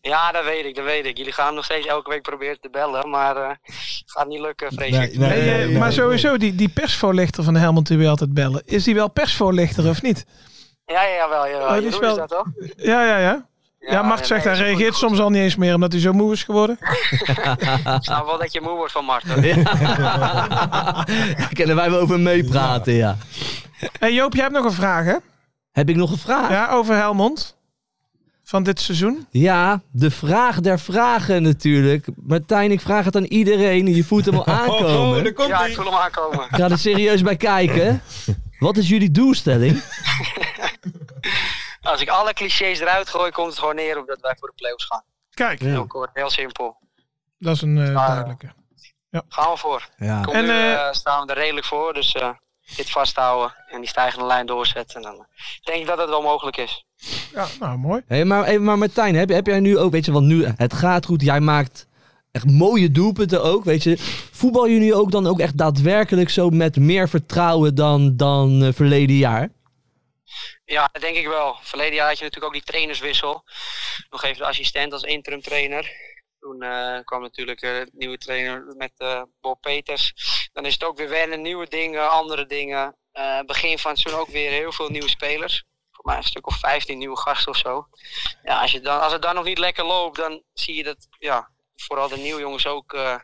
[SPEAKER 7] Ja, dat weet ik, dat weet ik. Jullie gaan nog steeds elke week proberen te bellen, maar eh, het gaat niet lukken, vrees
[SPEAKER 4] Nee,
[SPEAKER 7] ik.
[SPEAKER 4] nee,
[SPEAKER 5] Hey, eh,
[SPEAKER 4] nee, nee,
[SPEAKER 5] maar
[SPEAKER 4] nee.
[SPEAKER 5] sowieso, die, die persvoorlichter van Helmond die we altijd bellen. Is die wel persvoorlichter of niet?
[SPEAKER 7] Ja, ja, jawel, jawel.
[SPEAKER 5] Oh, die
[SPEAKER 7] Jeroen is
[SPEAKER 5] spel-
[SPEAKER 7] dat, toch?
[SPEAKER 5] Ja, ja, ja. Ja, Mart
[SPEAKER 7] nee,
[SPEAKER 5] zegt, hij
[SPEAKER 7] nee, is goed,
[SPEAKER 5] reageert
[SPEAKER 7] goed.
[SPEAKER 5] soms al niet eens meer omdat hij zo moe is geworden.
[SPEAKER 7] Ik snap Nou, wel dat je moe wordt van Mart, hoor.
[SPEAKER 6] Daar kunnen wij wel over meepraten, ja.
[SPEAKER 5] Hey Joop, jij hebt nog een vraag, hè?
[SPEAKER 6] Heb ik nog een
[SPEAKER 7] Ah.
[SPEAKER 6] vraag?
[SPEAKER 5] Ja, over Helmond. Van dit seizoen.
[SPEAKER 6] Ja, de vraag der vragen natuurlijk. Martijn, ik vraag het aan iedereen. Je voelt hem al aankomen.
[SPEAKER 4] daar komt
[SPEAKER 7] Ja, ik voel hem aankomen.
[SPEAKER 6] Ik ga er serieus bij kijken. Wat is jullie doelstelling?
[SPEAKER 7] Als ik alle clichés eruit gooi, komt het gewoon neer op dat wij voor de playoffs gaan.
[SPEAKER 5] Kijk,
[SPEAKER 7] Heel kort, heel simpel.
[SPEAKER 5] dat is een eh,
[SPEAKER 6] Ah.
[SPEAKER 7] ja.
[SPEAKER 5] duidelijke.
[SPEAKER 7] Gaan we voor.
[SPEAKER 6] Ja.
[SPEAKER 7] Kom
[SPEAKER 5] En,
[SPEAKER 7] nu
[SPEAKER 5] eh,
[SPEAKER 7] eh, staan we er redelijk voor, dus eh, dit vasthouden en die stijgende lijn doorzetten. En dan eh, denk ik dat het wel mogelijk is.
[SPEAKER 5] Ja, nou, mooi.
[SPEAKER 6] Hey, maar, hey, maar Martijn, heb, heb jij nu ook, weet je, want nu het gaat goed. Jij maakt echt mooie doelpunten ook, weet je. Voetbal je nu ook dan ook echt daadwerkelijk zo met meer vertrouwen dan, dan eh, verleden jaar?
[SPEAKER 7] Ja, dat denk ik wel. Verleden jaar had je natuurlijk ook die trainerswissel. Nog even de assistent als interim trainer. Toen eh, kwam natuurlijk eh, de nieuwe trainer met eh, Bob Peters. Dan is het ook weer wennen, nieuwe dingen, andere dingen. Eh, begin van het seizoen ook weer heel veel nieuwe spelers. Voor mij een stuk of 15 nieuwe gasten of zo. Ja, als, je dan, als het dan nog niet lekker loopt, dan zie je dat ja, vooral de nieuwe jongens ook eh,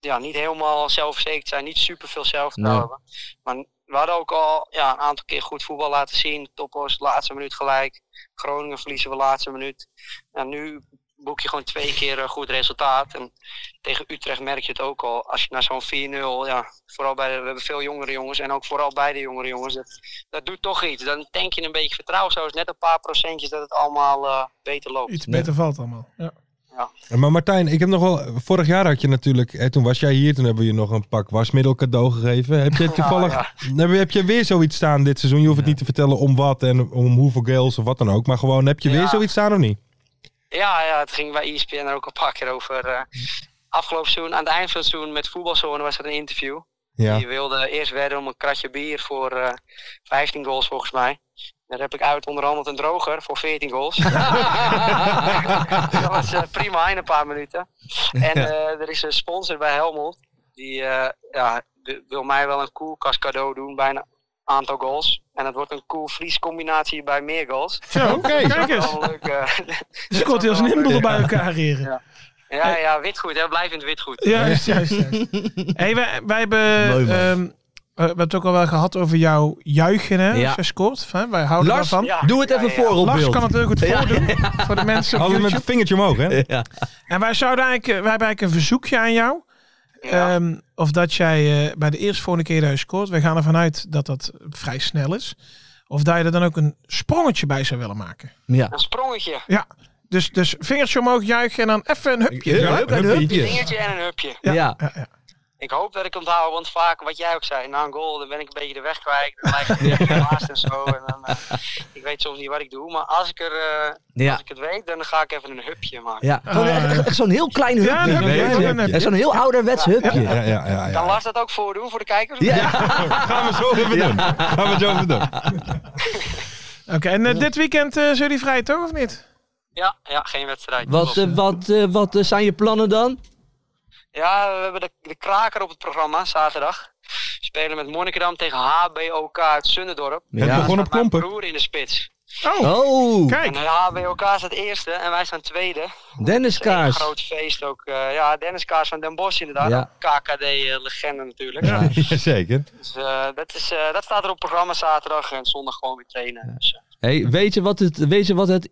[SPEAKER 7] ja, niet helemaal zelfverzekerd zijn. Niet superveel zelfvertrouwen hebben. Maar we hadden ook al ja, een aantal keer goed voetbal laten zien. Topos, laatste minuut gelijk. Groningen verliezen we laatste minuut. En Nou, nu boek je gewoon twee keer een goed resultaat. En tegen Utrecht merk je het ook al. Als je naar zo'n 4-0, ja, vooral bij de, we hebben veel jongere jongens en ook vooral bij de jongere jongens. Dat, dat doet toch iets. Dan tank je een beetje vertrouwen. Zo is net een paar procentjes dat het allemaal eh, beter loopt.
[SPEAKER 5] Iets beter valt allemaal. Ja.
[SPEAKER 4] Maar Martijn, ik heb nog wel... Vorig jaar had je natuurlijk... Hè, toen was jij hier, toen hebben we je nog een pak wasmiddel cadeau gegeven. Heb je toevallig... Heb, je- heb je weer zoiets staan dit seizoen? Je hoeft het niet te vertellen om wat en om hoeveel gales of wat dan ook. Maar gewoon, heb je weer
[SPEAKER 7] Ja.
[SPEAKER 4] zoiets staan of niet?
[SPEAKER 7] Ja, ja, het ging bij E ESPN er ook een paar keer over. eh, afgelopen seizoen, aan het eind van het seizoen met voetbalzone was er een interview.
[SPEAKER 4] Ja.
[SPEAKER 7] Die wilde eerst wedden om een kratje bier voor eh 15 goals volgens mij. Daar heb ik uit onderhandeld een droger voor 14 goals. dat was eh, prima in een paar minuten. En eh, er is een sponsor bij Helmond. Die eh, ja, w- wil mij wel een koelkast cadeau doen bij een aantal goals. En dat wordt een cool vries combinatie bij meer goals.
[SPEAKER 5] Zo, kijk
[SPEAKER 7] Dat is
[SPEAKER 5] eens.
[SPEAKER 7] wel een leuk, eh,
[SPEAKER 5] Scoort hij als een inbel bij elkaar hier. Ja,
[SPEAKER 7] ja, ja, witgoed. Hè? Blijf in het witgoed.
[SPEAKER 5] Juist, juist, juist. hey, wij, wij hebben...
[SPEAKER 6] Mooi, man.
[SPEAKER 5] ehm, eh, we hebben het ook al wel gehad over jouw juichen, hè?
[SPEAKER 6] Ja.
[SPEAKER 5] Als je scoort. Hè? Wij houden
[SPEAKER 6] Lars,
[SPEAKER 5] daarvan.
[SPEAKER 7] Ja,
[SPEAKER 6] doe het
[SPEAKER 7] ja,
[SPEAKER 6] even
[SPEAKER 7] ja.
[SPEAKER 6] voor op
[SPEAKER 5] Lars
[SPEAKER 6] beeld.
[SPEAKER 5] kan het heel goed voordoen voor de mensen op
[SPEAKER 4] Altijd met
[SPEAKER 5] YouTube.
[SPEAKER 4] het vingertje omhoog, hè?
[SPEAKER 6] Ja.
[SPEAKER 5] En wij, zouden eigenlijk, eh, wij hebben eigenlijk een verzoekje aan jou.
[SPEAKER 7] Ja.
[SPEAKER 6] eh,
[SPEAKER 5] Ehm, of dat jij eh, bij de eerste volgende keer dat je scoort, we gaan ervan uit dat dat vrij snel is. Of dat je er dan ook een sprongetje bij zou willen maken.
[SPEAKER 6] ja.
[SPEAKER 7] Een sprongetje.
[SPEAKER 5] Ja, dus, dus vingertje omhoog juichen en dan even een hupje.
[SPEAKER 6] Ja,
[SPEAKER 5] Ja,
[SPEAKER 6] hup en hup.
[SPEAKER 7] Een vingertje en een hupje.
[SPEAKER 5] Ja.
[SPEAKER 6] Ja.
[SPEAKER 5] ja, ja.
[SPEAKER 7] Ik hoop dat ik onthoud, want vaak wat jij ook zei, na een goal dan ben ik een beetje de weg kwijt. Dan lijkt het een beetje verbaasd en zo. En dan, eh, ik weet soms niet wat ik doe, maar als ik, er, eh, als
[SPEAKER 6] Ja.
[SPEAKER 7] ik het weet, dan ga ik even een hupje maken.
[SPEAKER 6] Ja, gewoon echt, echt zo'n heel klein hupje.
[SPEAKER 5] Ja, een hupje,
[SPEAKER 6] Weet je?
[SPEAKER 5] gewoon een hupje.
[SPEAKER 6] Echt zo'n heel ouderwets hupje.
[SPEAKER 4] Ja, ja, ja. ja.
[SPEAKER 7] Kan Lars dat ook voordoen voor de kijkers?
[SPEAKER 6] Ja.
[SPEAKER 4] Gaan we zo even doen. Gaan we zo even doen.
[SPEAKER 5] Oké, en eh, dit weekend eh zijn jullie vrij toch, of niet?
[SPEAKER 7] ja, ja, geen wedstrijd.
[SPEAKER 6] Wat,
[SPEAKER 7] Klopt.
[SPEAKER 6] eh, wat, eh, wat eh, zijn je plannen dan?
[SPEAKER 7] Ja, we hebben de, de kraker op het programma zaterdag. We spelen met Monnikendam tegen HBOK uit Sunderdorp.
[SPEAKER 4] Het
[SPEAKER 6] Ja.
[SPEAKER 4] begon op
[SPEAKER 7] Met mijn
[SPEAKER 4] klompen.
[SPEAKER 7] broer in de spits.
[SPEAKER 5] Oh,
[SPEAKER 6] Oh,
[SPEAKER 7] En
[SPEAKER 5] kijk.
[SPEAKER 7] de HBOK staat eerste en wij staan tweede.
[SPEAKER 6] Dennis
[SPEAKER 7] Een
[SPEAKER 6] Kaars.
[SPEAKER 7] groot feest ook. eh, ja, Dennis Kaars van Den Bosch inderdaad.
[SPEAKER 6] Ja.
[SPEAKER 7] KKD-legende eh, natuurlijk.
[SPEAKER 4] Jazeker.
[SPEAKER 7] Dus, eh, dat, is, eh, dat staat er op programma zaterdag en zondag gewoon weer trainen. Dus, eh,
[SPEAKER 6] Hey, weet, je wat het, weet je wat het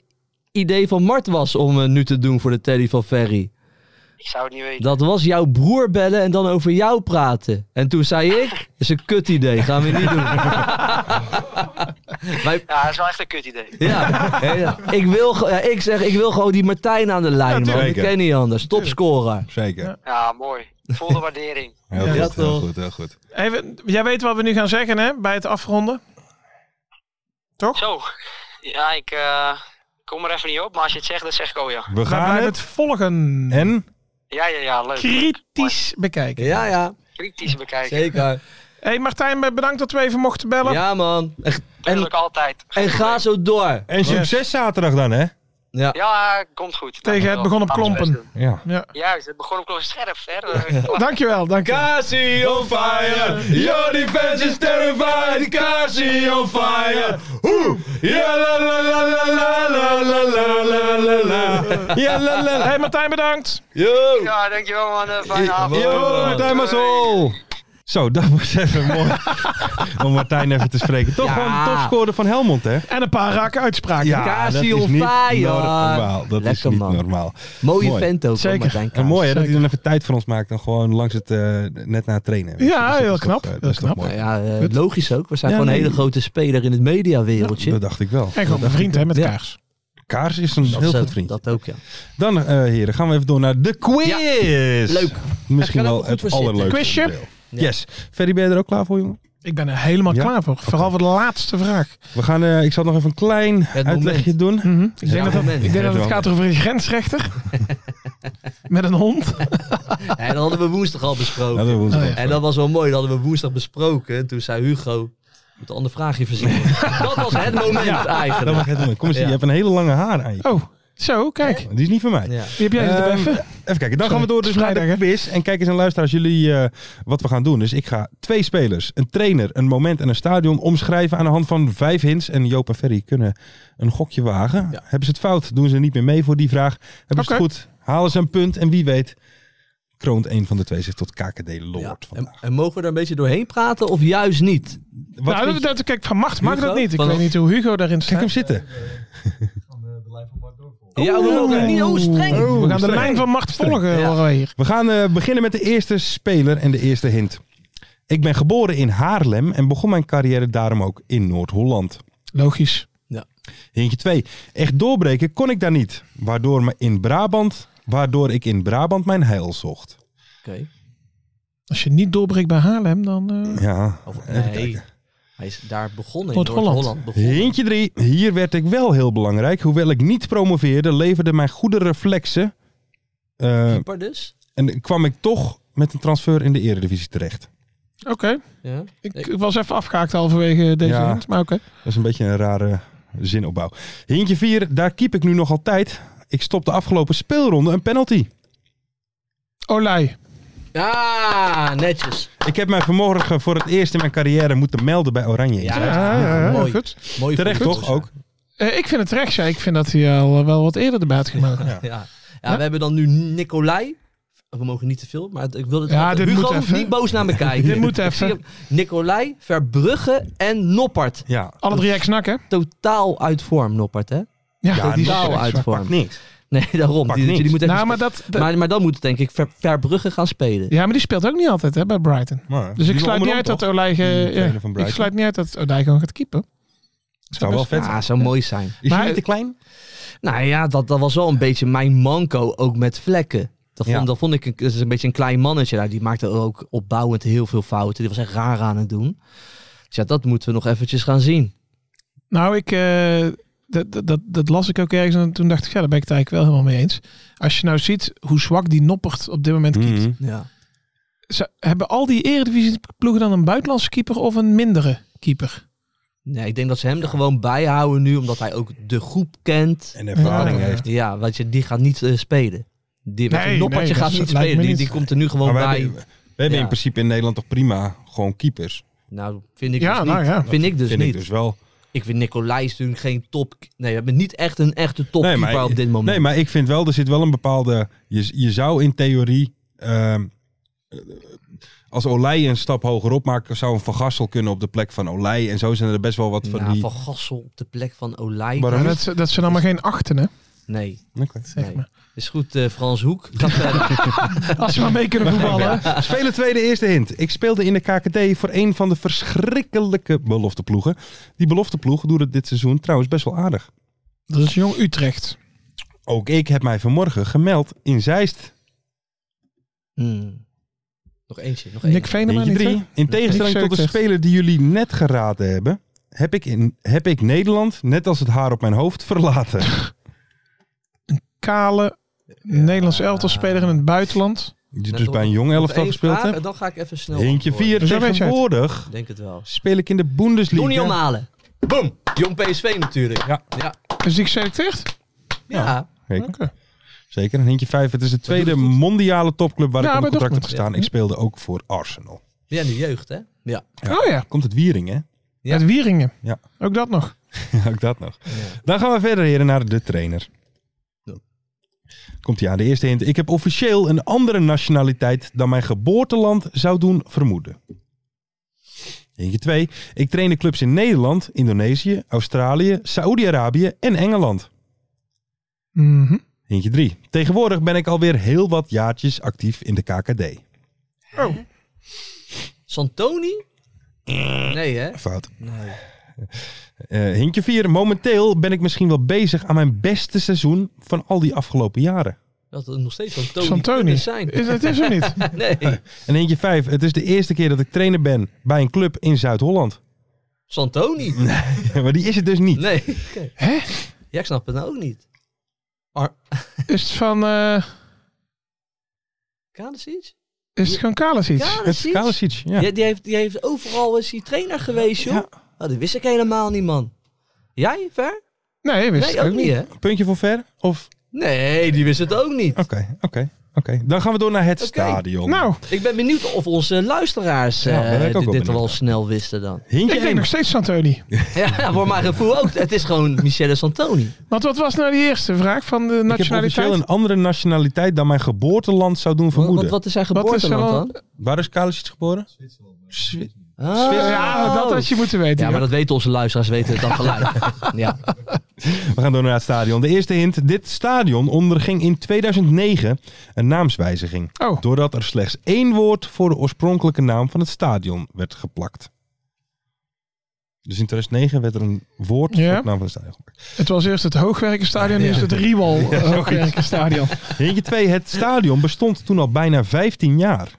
[SPEAKER 6] idee van Mart was om eh, nu te doen voor de Teddy van Ferry?
[SPEAKER 7] ik zou het niet weten.
[SPEAKER 6] Dat was jouw broer bellen en dan over jou praten. En toen zei ik, is een kut idee, gaan we niet doen. Wij,
[SPEAKER 7] Ja, dat is wel echt een kut idee.
[SPEAKER 6] ja, Hé, ja. ik, wil, ge- ja, ik zeg, ik wil gewoon die Martijn aan de lijn, man. Ik
[SPEAKER 4] tuurlijk.
[SPEAKER 6] ken niet anders. Topscorer.
[SPEAKER 4] Zeker.
[SPEAKER 7] Ja, mooi. Volle waardering.
[SPEAKER 4] Heel
[SPEAKER 5] Ja,
[SPEAKER 4] goed, heel
[SPEAKER 6] toch?
[SPEAKER 4] goed, heel goed.
[SPEAKER 5] Even, jij weet wat we nu gaan zeggen, hè? Bij het afronden.
[SPEAKER 7] Zo. Ja, ik eh, kom er even niet op, maar als je het zegt, dan zeg ik oh ja.
[SPEAKER 4] We
[SPEAKER 5] We
[SPEAKER 4] gaan
[SPEAKER 5] blijven
[SPEAKER 4] het.
[SPEAKER 5] het volgen.
[SPEAKER 4] En?
[SPEAKER 7] Ja, ja, ja, leuk.
[SPEAKER 5] Kritisch bekijken.
[SPEAKER 6] Ja, ja,
[SPEAKER 7] Kritisch bekijken.
[SPEAKER 6] zeker.
[SPEAKER 5] hey Martijn, eh, bedankt dat we even mochten bellen.
[SPEAKER 6] Ja, man. Echt- En,
[SPEAKER 7] Natuurlijk altijd.
[SPEAKER 6] en ga zo door.
[SPEAKER 4] En succes zaterdag dan, hè?
[SPEAKER 6] Ja.
[SPEAKER 7] Ja, komt goed.
[SPEAKER 5] Tegen het begon op
[SPEAKER 7] Gaan we best
[SPEAKER 5] klompen.
[SPEAKER 7] doen.
[SPEAKER 4] Ja.
[SPEAKER 5] Ja.
[SPEAKER 7] Juist, het begon op klompen scherp. Hè?
[SPEAKER 5] Dankjewel, dankjewel.
[SPEAKER 4] Cassie on fire, your defense is terrified. Cassie on fire, Oeh. ja la la la la la la la la la la la. Ja la la la.
[SPEAKER 5] hey Martijn, bedankt.
[SPEAKER 4] Yo,
[SPEAKER 7] Ja, dankjewel man. Eh, Fijne avond.
[SPEAKER 4] yo, Martijn Mazol. Zo, dat was even mooi om Martijn even te spreken. Toch
[SPEAKER 6] Ja.
[SPEAKER 4] gewoon de topscorer van Helmond, hè?
[SPEAKER 5] En een paar rake uitspraken.
[SPEAKER 4] dat
[SPEAKER 6] Cassie
[SPEAKER 4] is
[SPEAKER 6] on
[SPEAKER 4] niet
[SPEAKER 6] fire.
[SPEAKER 4] normaal. Dat is
[SPEAKER 6] Lekker,
[SPEAKER 4] niet
[SPEAKER 6] man.
[SPEAKER 4] normaal.
[SPEAKER 6] Mooie
[SPEAKER 4] Mooi.
[SPEAKER 6] vent ook,
[SPEAKER 5] Zeker.
[SPEAKER 6] Martijn
[SPEAKER 4] En
[SPEAKER 6] Kaas.
[SPEAKER 4] mooi hè, dat hij dan even tijd voor ons maakt dan gewoon langs het, eh, net na het trainen. weet je.
[SPEAKER 5] Ja,
[SPEAKER 4] dat is
[SPEAKER 5] heel
[SPEAKER 4] toch,
[SPEAKER 5] knap,
[SPEAKER 4] eh, dat
[SPEAKER 5] heel
[SPEAKER 4] is toch
[SPEAKER 5] knap.
[SPEAKER 4] mooi.
[SPEAKER 6] Nou ja, eh, logisch ook. We zijn
[SPEAKER 5] Ja,
[SPEAKER 6] gewoon een
[SPEAKER 5] nee.
[SPEAKER 6] hele grote speler in het mediawereldje.
[SPEAKER 4] Dat dacht ik wel.
[SPEAKER 5] En gewoon een vriend hè, met
[SPEAKER 6] Ja.
[SPEAKER 5] kaars.
[SPEAKER 4] Kaars is een
[SPEAKER 6] Dat
[SPEAKER 4] heel
[SPEAKER 6] zo-
[SPEAKER 4] goed vriend.
[SPEAKER 6] Dat ook, ja.
[SPEAKER 4] Dan, eh, heren, gaan we even door naar de quiz.
[SPEAKER 6] Leuk.
[SPEAKER 4] Misschien
[SPEAKER 6] Ga er
[SPEAKER 4] wel
[SPEAKER 6] even goed
[SPEAKER 4] het
[SPEAKER 6] voor zitten.
[SPEAKER 4] allerleukste.
[SPEAKER 5] Quizje?
[SPEAKER 4] deel. Yes. Ferry, ben je er ook klaar voor, jongen?
[SPEAKER 5] Ik ben er helemaal
[SPEAKER 4] Ja?
[SPEAKER 5] klaar voor. Vooral voor de laatste vraag.
[SPEAKER 4] We gaan, eh, ik zal nog even een klein uitlegje
[SPEAKER 6] moment.
[SPEAKER 4] doen.
[SPEAKER 5] Ik denk
[SPEAKER 6] Ja,
[SPEAKER 5] dat, dat,
[SPEAKER 6] moment.
[SPEAKER 5] ik denk dat het
[SPEAKER 4] Wel.
[SPEAKER 5] gaat over een grensrechter. met een hond.
[SPEAKER 6] En dat hadden we woensdag al
[SPEAKER 4] Ja,
[SPEAKER 6] besproken.
[SPEAKER 4] dat was het
[SPEAKER 5] Oh, ja.
[SPEAKER 4] al.
[SPEAKER 6] En dat was wel mooi. Dat hadden we woensdag besproken. En toen zei Hugo, "Je moet een ander vraagje verzinnen. dat was het moment
[SPEAKER 4] Dat was
[SPEAKER 6] eigenlijk.
[SPEAKER 4] het moment. Kom eens,
[SPEAKER 6] Ja. Oh.
[SPEAKER 4] je hebt een hele lange haar aan je.
[SPEAKER 5] Oh, zo, kijk.
[SPEAKER 4] Die is niet van mij.
[SPEAKER 6] Ja.
[SPEAKER 5] Die heb jij
[SPEAKER 4] Ehm,
[SPEAKER 5] er even.
[SPEAKER 4] Even kijken, dan gaan we door dus
[SPEAKER 5] Sorry,
[SPEAKER 4] naar de quiz. En kijkers en luisteraars, jullie eh, wat we gaan doen is, ik ga twee spelers, een trainer, een moment en een stadion omschrijven aan de hand van vijf hints. En Joop en Ferry kunnen een gokje wagen.
[SPEAKER 6] Ja.
[SPEAKER 4] Hebben ze het fout, doen ze niet meer mee voor die vraag. Hebben ze
[SPEAKER 5] Oké.
[SPEAKER 4] het goed, halen ze een punt. En wie weet, kroont een van de twee zich tot KKD Lord
[SPEAKER 6] Ja. En,
[SPEAKER 4] vandaag.
[SPEAKER 6] en mogen we daar een beetje doorheen praten of juist niet?
[SPEAKER 4] Wat
[SPEAKER 5] nou,
[SPEAKER 4] vind
[SPEAKER 5] dat,
[SPEAKER 4] je?
[SPEAKER 5] dat- kijk, van macht mag
[SPEAKER 6] Hugo?
[SPEAKER 5] dat niet. Ik
[SPEAKER 6] Van-
[SPEAKER 5] weet niet hoe Hugo daarin
[SPEAKER 4] Kijk hem
[SPEAKER 5] staat.
[SPEAKER 4] zitten.
[SPEAKER 6] ja, we mogen niet oh, streng.
[SPEAKER 4] Oh,
[SPEAKER 5] We gaan de
[SPEAKER 4] streng.
[SPEAKER 5] lijn van macht
[SPEAKER 6] Ja.
[SPEAKER 5] volgen, horen wij hier.
[SPEAKER 4] We gaan eh, beginnen met de eerste speler en de eerste hint. Ik ben geboren in Haarlem en begon mijn carrière daarom ook in Noord-Holland.
[SPEAKER 5] Logisch.
[SPEAKER 4] Hintje 2. Echt doorbreken kon ik daar niet. Waardoor, me in Brabant, waardoor ik in Brabant mijn heil zocht.
[SPEAKER 6] Oké.
[SPEAKER 5] Als je niet doorbreekt bij Haarlem, dan... eh,
[SPEAKER 4] Ja.
[SPEAKER 6] Of-
[SPEAKER 4] even
[SPEAKER 6] nee.
[SPEAKER 4] kijken.
[SPEAKER 6] Hij is daar begonnen, in
[SPEAKER 5] Noord-Holland.
[SPEAKER 6] Noord-Holland begonnen.
[SPEAKER 4] Hintje 3. Hier werd ik wel heel belangrijk. Hoewel ik niet promoveerde, leverde mijn goede reflexen. eh,
[SPEAKER 6] Keeper dus.
[SPEAKER 4] en kwam ik toch met een transfer in de eredivisie terecht.
[SPEAKER 5] Oké,
[SPEAKER 6] Ja.
[SPEAKER 5] ik
[SPEAKER 6] Ik-
[SPEAKER 5] was even afgehaakt halverwege deze
[SPEAKER 4] Ja.
[SPEAKER 5] hint, maar oké.
[SPEAKER 4] Dat is een beetje een rare zinopbouw. Hintje 4. Daar keep ik nu nog altijd. Ik stop de afgelopen speelronde een penalty.
[SPEAKER 5] Olij.
[SPEAKER 6] Ah, netjes.
[SPEAKER 4] Ik heb mij vanmorgen voor het eerst in mijn carrière moeten melden bij Oranje.
[SPEAKER 6] Ja,
[SPEAKER 5] mooi.
[SPEAKER 6] mooi.
[SPEAKER 5] Goed.
[SPEAKER 6] mooi
[SPEAKER 4] Terecht
[SPEAKER 6] voor de
[SPEAKER 4] toch
[SPEAKER 6] gozer.
[SPEAKER 4] ook?
[SPEAKER 5] Eh, ik vind het terecht, ja. Ik vind dat hij al eh, wel wat eerder erbij had gemaakt. Ja,
[SPEAKER 6] Ja. Ja, we hebben dan nu Nicolai. We mogen niet te veel, maar ik wil het
[SPEAKER 5] Ja, dit
[SPEAKER 6] Hugo
[SPEAKER 5] moet
[SPEAKER 6] hoeft
[SPEAKER 5] even.
[SPEAKER 6] niet boos naar me kijken.
[SPEAKER 5] Dit moet
[SPEAKER 6] Ik zie
[SPEAKER 5] even.
[SPEAKER 6] hem. Nicolai, Verbrugge en Noppert.
[SPEAKER 4] Ja.
[SPEAKER 5] Alle drie ex-nak, hè?
[SPEAKER 6] Totaal uit vorm, Noppert, hè?
[SPEAKER 5] Ja, nou, die is
[SPEAKER 6] Totaal
[SPEAKER 5] echt
[SPEAKER 6] uit
[SPEAKER 5] zwak.
[SPEAKER 6] vorm.
[SPEAKER 4] Niks.
[SPEAKER 6] Nee, daarom.
[SPEAKER 4] Pak
[SPEAKER 6] Die, die
[SPEAKER 4] niks.
[SPEAKER 6] moet even
[SPEAKER 5] Nou, maar, dat, dat-
[SPEAKER 6] maar, maar dan moet denk ik Ver, Verbrugge gaan spelen.
[SPEAKER 5] ja, maar die speelt ook niet altijd hè, bij Brighton.
[SPEAKER 4] Maar,
[SPEAKER 5] Dus
[SPEAKER 4] die
[SPEAKER 5] ik sluit
[SPEAKER 4] onderom
[SPEAKER 5] niet uit
[SPEAKER 4] toch?
[SPEAKER 5] dat Olij... ge-
[SPEAKER 4] Die
[SPEAKER 5] ja,
[SPEAKER 4] trainer van
[SPEAKER 5] ik
[SPEAKER 4] Brighton.
[SPEAKER 5] sluit niet uit dat Olij gewoon gaat keepen.
[SPEAKER 4] Zou wel vet.
[SPEAKER 6] Ja, zou mooi zijn.
[SPEAKER 4] Is
[SPEAKER 5] Maar-
[SPEAKER 4] hij niet te klein?
[SPEAKER 6] Nou ja, dat, dat was wel een beetje mijn manco, ook met vlekken. Dat vond,
[SPEAKER 4] Ja.
[SPEAKER 6] dat vond ik een, dat is een beetje een klein mannetje. Nou, die maakte ook opbouwend heel veel fouten. Die was echt raar aan het doen. Dus ja, dat moeten we nog eventjes gaan zien.
[SPEAKER 5] Nou, ik, eh, dat, dat, dat, dat las ik ook ergens en toen dacht ik, ja, daar ben ik het eigenlijk wel helemaal mee eens. Als je nou ziet hoe zwak die Noppert op dit moment keept.
[SPEAKER 4] Mhm.
[SPEAKER 6] Ja.
[SPEAKER 5] Ze- hebben al die eredivisieploegen dan een buitenlandse keeper of een mindere keeper?
[SPEAKER 6] Nee, ik denk dat ze hem er gewoon bij houden nu, omdat hij ook de groep kent.
[SPEAKER 4] En ervaring
[SPEAKER 5] Ja.
[SPEAKER 4] heeft.
[SPEAKER 6] Ja, want je, die gaat niet eh, spelen. Die
[SPEAKER 5] Nee,
[SPEAKER 6] nee,
[SPEAKER 5] nee, dat
[SPEAKER 6] gaat niet
[SPEAKER 5] is- lijkt
[SPEAKER 6] spelen.
[SPEAKER 5] me
[SPEAKER 6] Die,
[SPEAKER 5] niet.
[SPEAKER 6] die komt er nu gewoon
[SPEAKER 4] Maar we
[SPEAKER 6] bij.
[SPEAKER 4] hebben, we hebben
[SPEAKER 6] Ja.
[SPEAKER 4] in principe in Nederland toch prima gewoon keepers.
[SPEAKER 6] Nou, vind ik
[SPEAKER 5] Ja,
[SPEAKER 6] dus
[SPEAKER 5] nou
[SPEAKER 6] niet.
[SPEAKER 5] ja.
[SPEAKER 6] Vind ik dus
[SPEAKER 4] vind
[SPEAKER 6] niet.
[SPEAKER 4] ik dus wel.
[SPEAKER 6] Ik vind Nicolai is natuurlijk geen top. Nee, we hebben niet echt een echte topkeeper op dit moment.
[SPEAKER 4] Nee, maar ik vind wel, er zit wel een bepaalde... Je, je zou in theorie... ehm, eh, als Olij een stap hogerop maakt, zou een Van Gassel kunnen op de plek van Olij. En zo zijn er best wel wat van
[SPEAKER 6] ja,
[SPEAKER 4] die...
[SPEAKER 6] Nou, Van Gassel op de plek van Olij.
[SPEAKER 4] Waarom niet?
[SPEAKER 5] Ja, dat, ze- dat zijn allemaal geen achten, hè?
[SPEAKER 6] Nee,
[SPEAKER 4] Oké.
[SPEAKER 5] Zeg
[SPEAKER 6] Nee.
[SPEAKER 5] maar.
[SPEAKER 6] is goed eh, Frans Hoek. Ga verder.
[SPEAKER 5] Als ze maar mee kunnen voetballen. hè?
[SPEAKER 4] Spelen tweede eerste hint. Ik speelde in de KKD voor een van de verschrikkelijke belofteploegen. Die belofteploeg doet het dit seizoen trouwens best wel aardig.
[SPEAKER 5] Dat is Jong Utrecht.
[SPEAKER 4] Ook ik heb mij vanmorgen gemeld in Zeist.
[SPEAKER 6] Hmm. Nog eentje, nog
[SPEAKER 5] Nick
[SPEAKER 6] eentje.
[SPEAKER 5] Venema
[SPEAKER 4] Eentje
[SPEAKER 5] niet, hè?
[SPEAKER 4] drie. In tegenstelling tot de
[SPEAKER 5] Utrecht.
[SPEAKER 4] speler die jullie net geraden hebben, heb ik, in, heb ik Nederland, net als het haar op mijn hoofd, verlaten. Dus
[SPEAKER 5] Kale, Nederlands elftalspeler in het buitenland.
[SPEAKER 4] Die
[SPEAKER 6] Net
[SPEAKER 4] dus
[SPEAKER 6] nog-
[SPEAKER 4] bij een jong
[SPEAKER 6] nog
[SPEAKER 4] elftal
[SPEAKER 6] één
[SPEAKER 4] gespeeld
[SPEAKER 6] vraag
[SPEAKER 4] heb.
[SPEAKER 6] En dan ga ik even snel.
[SPEAKER 4] Eentje
[SPEAKER 6] antwoorden.
[SPEAKER 4] 4.
[SPEAKER 5] Zo weet je het.
[SPEAKER 4] Tegenwoordig
[SPEAKER 6] Ik Denk het wel.
[SPEAKER 4] speel ik in de
[SPEAKER 6] Donny
[SPEAKER 4] Bundesliga.
[SPEAKER 6] Malen. Boom. Jong PSV natuurlijk.
[SPEAKER 4] Ja.
[SPEAKER 6] Ja.
[SPEAKER 5] Is die geselecteerd?
[SPEAKER 6] ja.
[SPEAKER 4] Zeker.
[SPEAKER 5] Oké.
[SPEAKER 4] Zeker, een hintje 5. Het is de tweede
[SPEAKER 6] doet het goed.
[SPEAKER 4] mondiale topclub waar
[SPEAKER 5] Ja,
[SPEAKER 4] ik onder
[SPEAKER 5] bij
[SPEAKER 4] contract heb
[SPEAKER 5] Dortmund,
[SPEAKER 4] gestaan. Ik speelde ook voor Arsenal.
[SPEAKER 6] Ja, de jeugd, hè? Ja.
[SPEAKER 4] Ja.
[SPEAKER 5] Oh ja,
[SPEAKER 4] Komt het Wiering, hè?
[SPEAKER 6] Ja.
[SPEAKER 5] uit Wieringen.
[SPEAKER 4] Ja.
[SPEAKER 5] Ook dat nog.
[SPEAKER 4] ook dat nog.
[SPEAKER 6] Ja.
[SPEAKER 4] Dan gaan we verder, heren, naar de trainer.
[SPEAKER 6] Ja.
[SPEAKER 4] Komt hij aan de eerste hint. Ik heb officieel een andere nationaliteit dan mijn geboorteland zou doen vermoeden. Eentje 2. Ik train de clubs in Nederland, Indonesië, Australië, Saoedi-Arabië en Engeland.
[SPEAKER 5] Mhm.
[SPEAKER 4] Eentje 3. Tegenwoordig ben ik alweer heel wat jaartjes actief in de KKD.
[SPEAKER 5] Oh,
[SPEAKER 6] Santoni? Nee, hè?
[SPEAKER 4] Fout.
[SPEAKER 6] Nee.
[SPEAKER 4] Eh hintje 4. Momenteel ben ik misschien wel bezig aan mijn beste seizoen van al die afgelopen jaren.
[SPEAKER 6] Dat het nog steeds Santoni,
[SPEAKER 5] Santoni.
[SPEAKER 6] kunnen
[SPEAKER 5] Is,
[SPEAKER 6] zijn.
[SPEAKER 5] het is er niet.
[SPEAKER 6] Nee.
[SPEAKER 4] En eentje 5. Het is de eerste keer dat ik trainer ben bij een club in Zuid-Holland.
[SPEAKER 6] Santoni?
[SPEAKER 4] maar die is het dus niet.
[SPEAKER 6] Nee.
[SPEAKER 5] Hè?
[SPEAKER 6] Ja, ik snap het nou ook niet.
[SPEAKER 5] Is het van... eh,
[SPEAKER 6] Kadesic?
[SPEAKER 5] is het gewoon Kalasic?
[SPEAKER 4] Het is
[SPEAKER 6] Kadesic?
[SPEAKER 4] Kalasic, ja.
[SPEAKER 6] Die, die, heeft, die heeft overal is hij trainer geweest, joh.
[SPEAKER 4] Ja.
[SPEAKER 6] Nou, dat wist ik helemaal niet, man. Jij, Ver?
[SPEAKER 5] Nee, wist
[SPEAKER 6] Nee,
[SPEAKER 5] ik
[SPEAKER 6] ook niet, hè?
[SPEAKER 4] Puntje voor ver? Of?
[SPEAKER 6] Nee, die wist het ook niet.
[SPEAKER 4] Oké, oké, oké. Dan gaan we door naar het
[SPEAKER 6] Oké.
[SPEAKER 4] stadion.
[SPEAKER 5] Nou,
[SPEAKER 6] Ik ben benieuwd of onze luisteraars
[SPEAKER 4] Ja, daar
[SPEAKER 6] eh,
[SPEAKER 4] ben ik ook
[SPEAKER 6] dit,
[SPEAKER 4] wel
[SPEAKER 6] dit
[SPEAKER 4] benieuwd
[SPEAKER 6] wel
[SPEAKER 4] naar.
[SPEAKER 6] snel wisten dan.
[SPEAKER 4] Hintje
[SPEAKER 5] ik denk
[SPEAKER 4] 1.
[SPEAKER 5] nog steeds Santoni.
[SPEAKER 6] Ja, voor mijn gevoel ook. Het is gewoon Michele Santoni.
[SPEAKER 5] Want wat was nou die eerste vraag van de
[SPEAKER 4] Ik heb
[SPEAKER 5] nationaliteit?
[SPEAKER 4] officieel een andere nationaliteit dan mijn geboorteland zou doen
[SPEAKER 6] Wat,
[SPEAKER 4] vermoeden.
[SPEAKER 6] wat, wat is zijn
[SPEAKER 5] Wat is
[SPEAKER 6] geboorteland
[SPEAKER 5] er al-
[SPEAKER 6] dan?
[SPEAKER 4] Waar is Kalasic geboren? Zwi-
[SPEAKER 6] Ah.
[SPEAKER 5] Ja, dat had je moeten weten.
[SPEAKER 6] Ja, maar
[SPEAKER 5] joh.
[SPEAKER 6] dat weten onze luisteraars, weten het dan gelijk. ja.
[SPEAKER 4] We gaan door naar het stadion. De eerste hint. Dit stadion onderging in 2009 een naamswijziging.
[SPEAKER 5] Oh.
[SPEAKER 4] Doordat er slechts één woord voor de oorspronkelijke naam van het stadion werd geplakt. Dus in 2009 werd er een woord
[SPEAKER 5] Ja.
[SPEAKER 4] voor de naam van het stadion geplakt.
[SPEAKER 5] Het was eerst het Hoogwerkenstadion, eerst het Riewal eh, Hoogwerkenstadion.
[SPEAKER 4] Hintje 2. Het stadion bestond toen al bijna 15 jaar.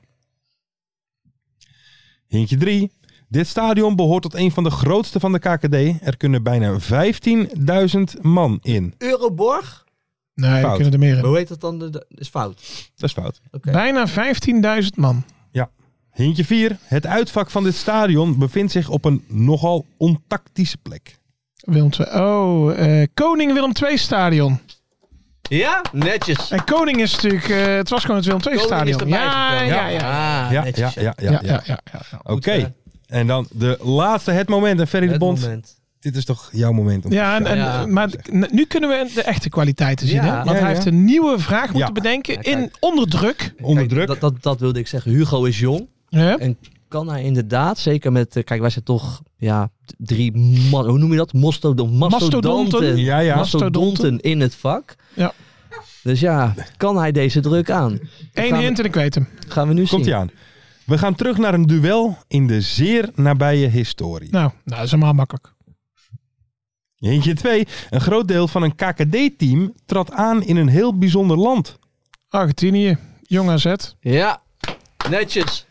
[SPEAKER 4] Hintje 3. Dit stadion behoort tot een van de grootste van de KKD. Er kunnen bijna 15.000 man in.
[SPEAKER 6] Euroborg?
[SPEAKER 5] Nee,
[SPEAKER 4] Fout.
[SPEAKER 5] er kunnen er meer in.
[SPEAKER 6] Hoe heet dat dan? Dat is fout.
[SPEAKER 4] Dat is fout.
[SPEAKER 6] Oké.
[SPEAKER 5] Bijna 15.000 man.
[SPEAKER 4] Hintje 4. Het uitvak van dit stadion bevindt zich op een nogal ontactische plek.
[SPEAKER 5] Willem II. Oh, eh, Koning Willem II stadion.
[SPEAKER 6] Ja, netjes.
[SPEAKER 5] En Koning is natuurlijk, eh, het was gewoon het Willem II
[SPEAKER 6] Koning is
[SPEAKER 5] stadion.
[SPEAKER 6] erbij
[SPEAKER 5] Ja,
[SPEAKER 6] gekomen.
[SPEAKER 5] ja, ja. ja.
[SPEAKER 6] Ah,
[SPEAKER 4] ja, ja,
[SPEAKER 6] netjes.
[SPEAKER 4] ja, ja,
[SPEAKER 5] Ja,
[SPEAKER 4] ja.
[SPEAKER 5] ja.
[SPEAKER 4] Oké.
[SPEAKER 6] hè?
[SPEAKER 4] En dan de laatste, het moment. En Ferry de
[SPEAKER 6] eh, Het
[SPEAKER 4] Bond,
[SPEAKER 6] moment.
[SPEAKER 4] dit is toch jouw moment? om-
[SPEAKER 5] Ja, en, eh, en-
[SPEAKER 6] Ja.
[SPEAKER 5] maar n- nu kunnen we de echte kwaliteiten zien.
[SPEAKER 6] Ja.
[SPEAKER 5] Hè? Want
[SPEAKER 6] Ja,
[SPEAKER 5] hij
[SPEAKER 4] ja.
[SPEAKER 5] heeft een nieuwe vraag moeten bedenken
[SPEAKER 6] Ja, kijk.
[SPEAKER 5] in onder druk.
[SPEAKER 4] Onder
[SPEAKER 6] Kijk,
[SPEAKER 4] druk.
[SPEAKER 6] Dat, dat, dat wilde ik zeggen. Hugo is jong.
[SPEAKER 5] Hè?
[SPEAKER 6] En kan hij inderdaad, zeker met, eh, kijk wij zijn toch, ja, d- drie, ma- hoe noem je dat? Mastodon, mastodonten.
[SPEAKER 5] Mastodonten.
[SPEAKER 4] Ja, ja.
[SPEAKER 6] Mastodonten in het vak.
[SPEAKER 5] Ja.
[SPEAKER 6] Dus ja, kan hij deze druk aan?
[SPEAKER 5] Eén
[SPEAKER 6] gaan we-
[SPEAKER 5] hint en ik weet hem.
[SPEAKER 6] Gaan we nu
[SPEAKER 4] Komt
[SPEAKER 6] zien.
[SPEAKER 4] hij aan. We gaan terug naar een duel in de zeer nabije historie.
[SPEAKER 5] Nou, nou dat is helemaal makkelijk.
[SPEAKER 4] Eentje 2. Een groot deel van een KKD-team trad aan in een heel bijzonder land.
[SPEAKER 5] Argentinië, jong AZ.
[SPEAKER 6] Ja, netjes.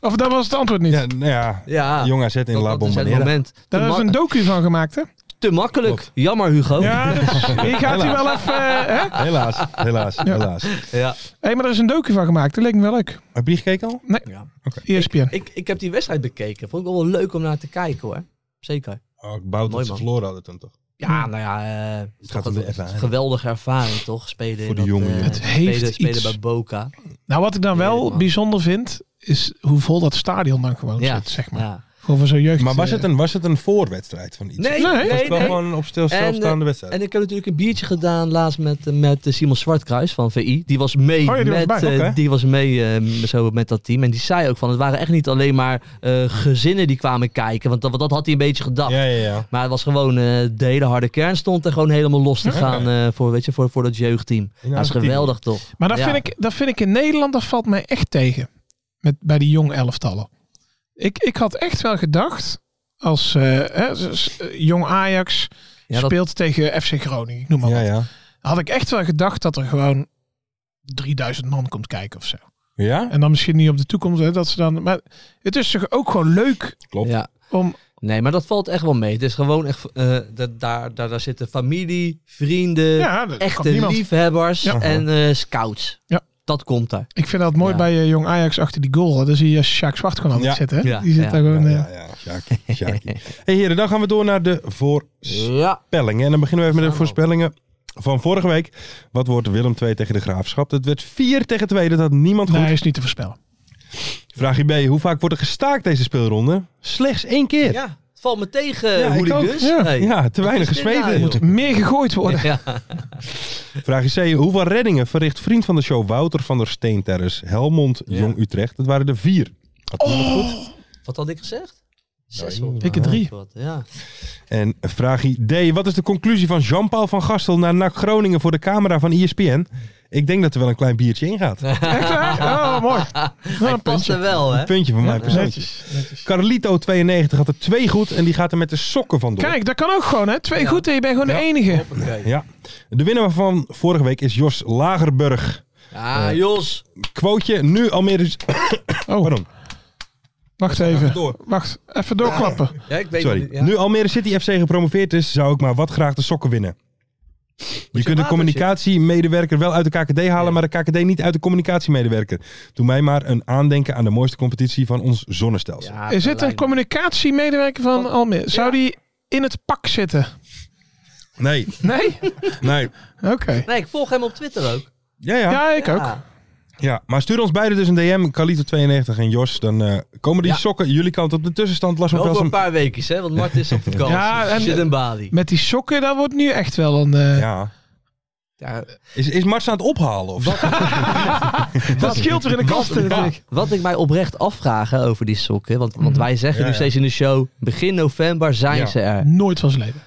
[SPEAKER 5] Of dat was het antwoord niet.
[SPEAKER 4] Ja, nou ja.
[SPEAKER 6] Ja,
[SPEAKER 4] Jong AZ in
[SPEAKER 6] dat-
[SPEAKER 4] La
[SPEAKER 6] dat is het
[SPEAKER 4] Bombonera.
[SPEAKER 6] moment. Te,
[SPEAKER 5] Daar is
[SPEAKER 6] ma-
[SPEAKER 5] een docu van gemaakt, hè?
[SPEAKER 6] te makkelijk. Jammer Hugo.
[SPEAKER 5] Ja, dat is- hier gaat hij wel even... eh, hè?
[SPEAKER 4] Helaas, helaas, helaas.
[SPEAKER 6] Ja.
[SPEAKER 5] hey, maar er is een docu van gemaakt. Dat leek me wel leuk. E
[SPEAKER 4] Heb je gekeken al?
[SPEAKER 5] ESPN.
[SPEAKER 6] Ik, ik heb die wedstrijd bekeken. Vond ik wel leuk om naar te kijken hoor. Zeker.
[SPEAKER 4] Oh, ik bouw
[SPEAKER 6] Mooi,
[SPEAKER 4] dat ze
[SPEAKER 6] man.
[SPEAKER 4] verloren hadden toen toch?
[SPEAKER 5] Hm.
[SPEAKER 6] Ja, nou ja, eh, het
[SPEAKER 4] gaat om de ervaring.
[SPEAKER 6] geweldige ervaring toch? Spelen in
[SPEAKER 4] Voor de
[SPEAKER 6] dat,
[SPEAKER 4] jongen,
[SPEAKER 6] eh,
[SPEAKER 4] ja.
[SPEAKER 5] Het heeft
[SPEAKER 6] spelen, spelen
[SPEAKER 5] iets.
[SPEAKER 6] bij Boca.
[SPEAKER 5] Nou, wat ik dan
[SPEAKER 6] Nee,
[SPEAKER 5] wel
[SPEAKER 6] man.
[SPEAKER 5] bijzonder vind, is hoe vol dat stadion dan gewoon
[SPEAKER 6] Ja,
[SPEAKER 5] zit, zeg maar.
[SPEAKER 6] Ja.
[SPEAKER 5] Gewoon voor zo'n jeugd.
[SPEAKER 4] Maar was
[SPEAKER 5] eh,
[SPEAKER 4] het een, was het een voorwedstrijd van iets?
[SPEAKER 6] Nee,
[SPEAKER 5] Nee,
[SPEAKER 6] nee,
[SPEAKER 5] was
[SPEAKER 4] was
[SPEAKER 6] nee.
[SPEAKER 4] het wel gewoon op stil,
[SPEAKER 6] En,
[SPEAKER 4] stilstaande
[SPEAKER 6] eh,
[SPEAKER 4] wedstrijd?
[SPEAKER 6] En ik heb natuurlijk een biertje gedaan laatst met, eh, met eh, Simon Zwartkruis van VI. Die was mee,
[SPEAKER 5] Oh ja, die was
[SPEAKER 6] met,
[SPEAKER 5] bij,
[SPEAKER 6] eh,
[SPEAKER 4] oké.
[SPEAKER 6] die was mee eh, zo met dat team. En die zei ook van, het waren echt niet alleen maar eh, gezinnen die kwamen kijken. Want dat, want dat had hij een beetje gedacht.
[SPEAKER 4] ja, ja, ja.
[SPEAKER 6] Maar het was gewoon, eh, de hele harde kern stond er gewoon helemaal los te gaan eh, voor, weet je, voor, voor dat jeugdteam.
[SPEAKER 4] In
[SPEAKER 6] dat is
[SPEAKER 4] Argentinië.
[SPEAKER 6] geweldig toch?
[SPEAKER 5] Maar dat,
[SPEAKER 6] Ja.
[SPEAKER 5] vind ik, dat vind ik in Nederland, dat valt mij echt tegen. Met, bij die jong elftallen. Ik, ik had echt wel gedacht, als eh, hè, z- z- eh, jong Ajax
[SPEAKER 6] Ja, dat-
[SPEAKER 5] speelt tegen FC Groningen, ik noem maar
[SPEAKER 4] Ja,
[SPEAKER 5] wat.
[SPEAKER 4] ja.
[SPEAKER 5] Had ik echt wel gedacht dat er gewoon 3000 man komt kijken of zo.
[SPEAKER 4] Ja?
[SPEAKER 5] En dan misschien niet op de toekomst, hè, dat ze dan... Maar het is toch ook gewoon leuk
[SPEAKER 4] Klopt.
[SPEAKER 6] Ja.
[SPEAKER 5] om...
[SPEAKER 6] Nee, maar dat valt echt wel mee. Het is gewoon echt, eh, dat, daar, daar, daar zitten familie, vrienden,
[SPEAKER 5] Ja, dat kan
[SPEAKER 6] echte
[SPEAKER 5] niemand.
[SPEAKER 6] liefhebbers
[SPEAKER 5] Ja.
[SPEAKER 6] en eh, scouts.
[SPEAKER 5] Ja.
[SPEAKER 6] Dat komt daar.
[SPEAKER 5] Ik vind dat mooi
[SPEAKER 6] Ja.
[SPEAKER 5] bij eh, jong Ajax achter die goal. hè. Daar zie je Sjaak Zwart gewoon altijd
[SPEAKER 4] Ja.
[SPEAKER 5] zitten. hè.
[SPEAKER 6] Ja,
[SPEAKER 5] Die zit
[SPEAKER 6] ja,
[SPEAKER 5] daar gewoon...
[SPEAKER 4] Ja,
[SPEAKER 5] eh,
[SPEAKER 4] ja, ja. Sjaak, Sjaak. Hey heren, dan gaan we door naar de voorspellingen.
[SPEAKER 6] Ja.
[SPEAKER 4] En dan beginnen we even met de
[SPEAKER 6] Gaan we.
[SPEAKER 4] voorspellingen van vorige week. Wat wordt Willem 2 tegen de Graafschap? Dat werd 4 tegen 2, dat had niemand goed.
[SPEAKER 5] Nee, is niet te voorspellen.
[SPEAKER 4] Vraagje B, hoe vaak wordt er gestaakt deze speelronde? Slechts één keer.
[SPEAKER 6] Ja, het valt me tegen,
[SPEAKER 4] Ja,
[SPEAKER 6] hoe
[SPEAKER 4] ik
[SPEAKER 6] die
[SPEAKER 4] ook.
[SPEAKER 6] dus.
[SPEAKER 4] Ja,
[SPEAKER 6] Hey.
[SPEAKER 4] ja, te
[SPEAKER 6] Wat
[SPEAKER 4] weinig
[SPEAKER 6] is dit
[SPEAKER 4] gesmeten.
[SPEAKER 6] nou, joh?
[SPEAKER 4] Moet-
[SPEAKER 5] Meer gegooid worden.
[SPEAKER 6] Ja.
[SPEAKER 4] Vraagje C, hoeveel reddingen verricht vriend van de show Wouter van der Steen tijdens Helmond
[SPEAKER 6] Ja.
[SPEAKER 4] Jong Utrecht? Dat waren er vier. Had niemand goed.
[SPEAKER 6] Wat had ik gezegd? Zes.
[SPEAKER 4] joh.
[SPEAKER 6] volgens
[SPEAKER 5] Ik
[SPEAKER 6] mij.
[SPEAKER 5] drie.
[SPEAKER 6] Ja.
[SPEAKER 4] En vraagje D. Wat is de conclusie van Jean-Paul van Gastel naar NAC Groningen voor de camera van E ESPN? Ik denk dat er wel een klein biertje ingaat.
[SPEAKER 5] Echt waar? Oh, mooi. Nou,
[SPEAKER 6] Hij past
[SPEAKER 5] een puntje.
[SPEAKER 6] er wel, hè?
[SPEAKER 4] Puntje van mij persoonlijk.
[SPEAKER 5] Netjes, netjes.
[SPEAKER 4] Carlito92 had er twee goed en die gaat er met de sokken vandoor.
[SPEAKER 5] Kijk, dat kan ook gewoon, hè? Twee
[SPEAKER 6] Ja.
[SPEAKER 5] goed en je bent
[SPEAKER 4] Ja.
[SPEAKER 5] gewoon de enige.
[SPEAKER 6] Hoppakee.
[SPEAKER 4] Ja. De winnaar van vorige week is Jos Lagerburg.
[SPEAKER 6] Ah, Jos.
[SPEAKER 4] Quootje, nu Almere...
[SPEAKER 5] Oh,
[SPEAKER 4] Pardon,
[SPEAKER 5] wacht even.
[SPEAKER 4] door.
[SPEAKER 5] Wacht, even doorklappen.
[SPEAKER 6] Ja, ik weet
[SPEAKER 4] sorry.
[SPEAKER 6] niet, ja.
[SPEAKER 4] Nu Almere City FC gepromoveerd is, zou ik maar wat graag de sokken winnen. Je kunt de
[SPEAKER 6] watertje?
[SPEAKER 4] communicatiemedewerker wel uit de KKD halen,
[SPEAKER 6] Ja.
[SPEAKER 4] maar de KKD niet uit de communicatiemedewerker. Doe mij maar een aandenken aan de mooiste competitie van ons zonnestelsel.
[SPEAKER 6] Ja, Oh.
[SPEAKER 5] Is dit een
[SPEAKER 6] lijkt me.
[SPEAKER 5] communicatiemedewerker van Almere? Zou die in het pak zitten?
[SPEAKER 4] Nee,
[SPEAKER 5] Nee?
[SPEAKER 4] nee.
[SPEAKER 5] Oké.
[SPEAKER 6] Nee, ik volg hem op Twitter ook.
[SPEAKER 4] Ja, ja. ja.
[SPEAKER 5] Ja, ik ook.
[SPEAKER 6] Ja.
[SPEAKER 4] Maar stuur ons beiden dus een DM, Kalito92 en Jos. Dan eh, komen die
[SPEAKER 6] Ja.
[SPEAKER 4] sokken jullie kant op de tussenstand. Las nog
[SPEAKER 6] Over
[SPEAKER 4] wel
[SPEAKER 6] een
[SPEAKER 4] eens
[SPEAKER 6] paar weken, hè? Want Mart is op vakantie.
[SPEAKER 5] Ja, en-
[SPEAKER 6] Zit in Bali.
[SPEAKER 5] Met die sokken, dat wordt nu echt wel een... eh,
[SPEAKER 4] een- Ja.
[SPEAKER 6] Ja,
[SPEAKER 4] Is, is Mars aan het ophalen? Of?
[SPEAKER 5] Dat scheelt weer in de kast. natuurlijk.
[SPEAKER 6] Wat ik mij oprecht afvraag hè, over die sokken. Want, want wij zeggen
[SPEAKER 4] Ja,
[SPEAKER 6] nu
[SPEAKER 4] ja.
[SPEAKER 6] steeds in de show. Begin november zijn
[SPEAKER 4] Mm. Ja.
[SPEAKER 6] ze er.
[SPEAKER 5] Nooit van zijn leven.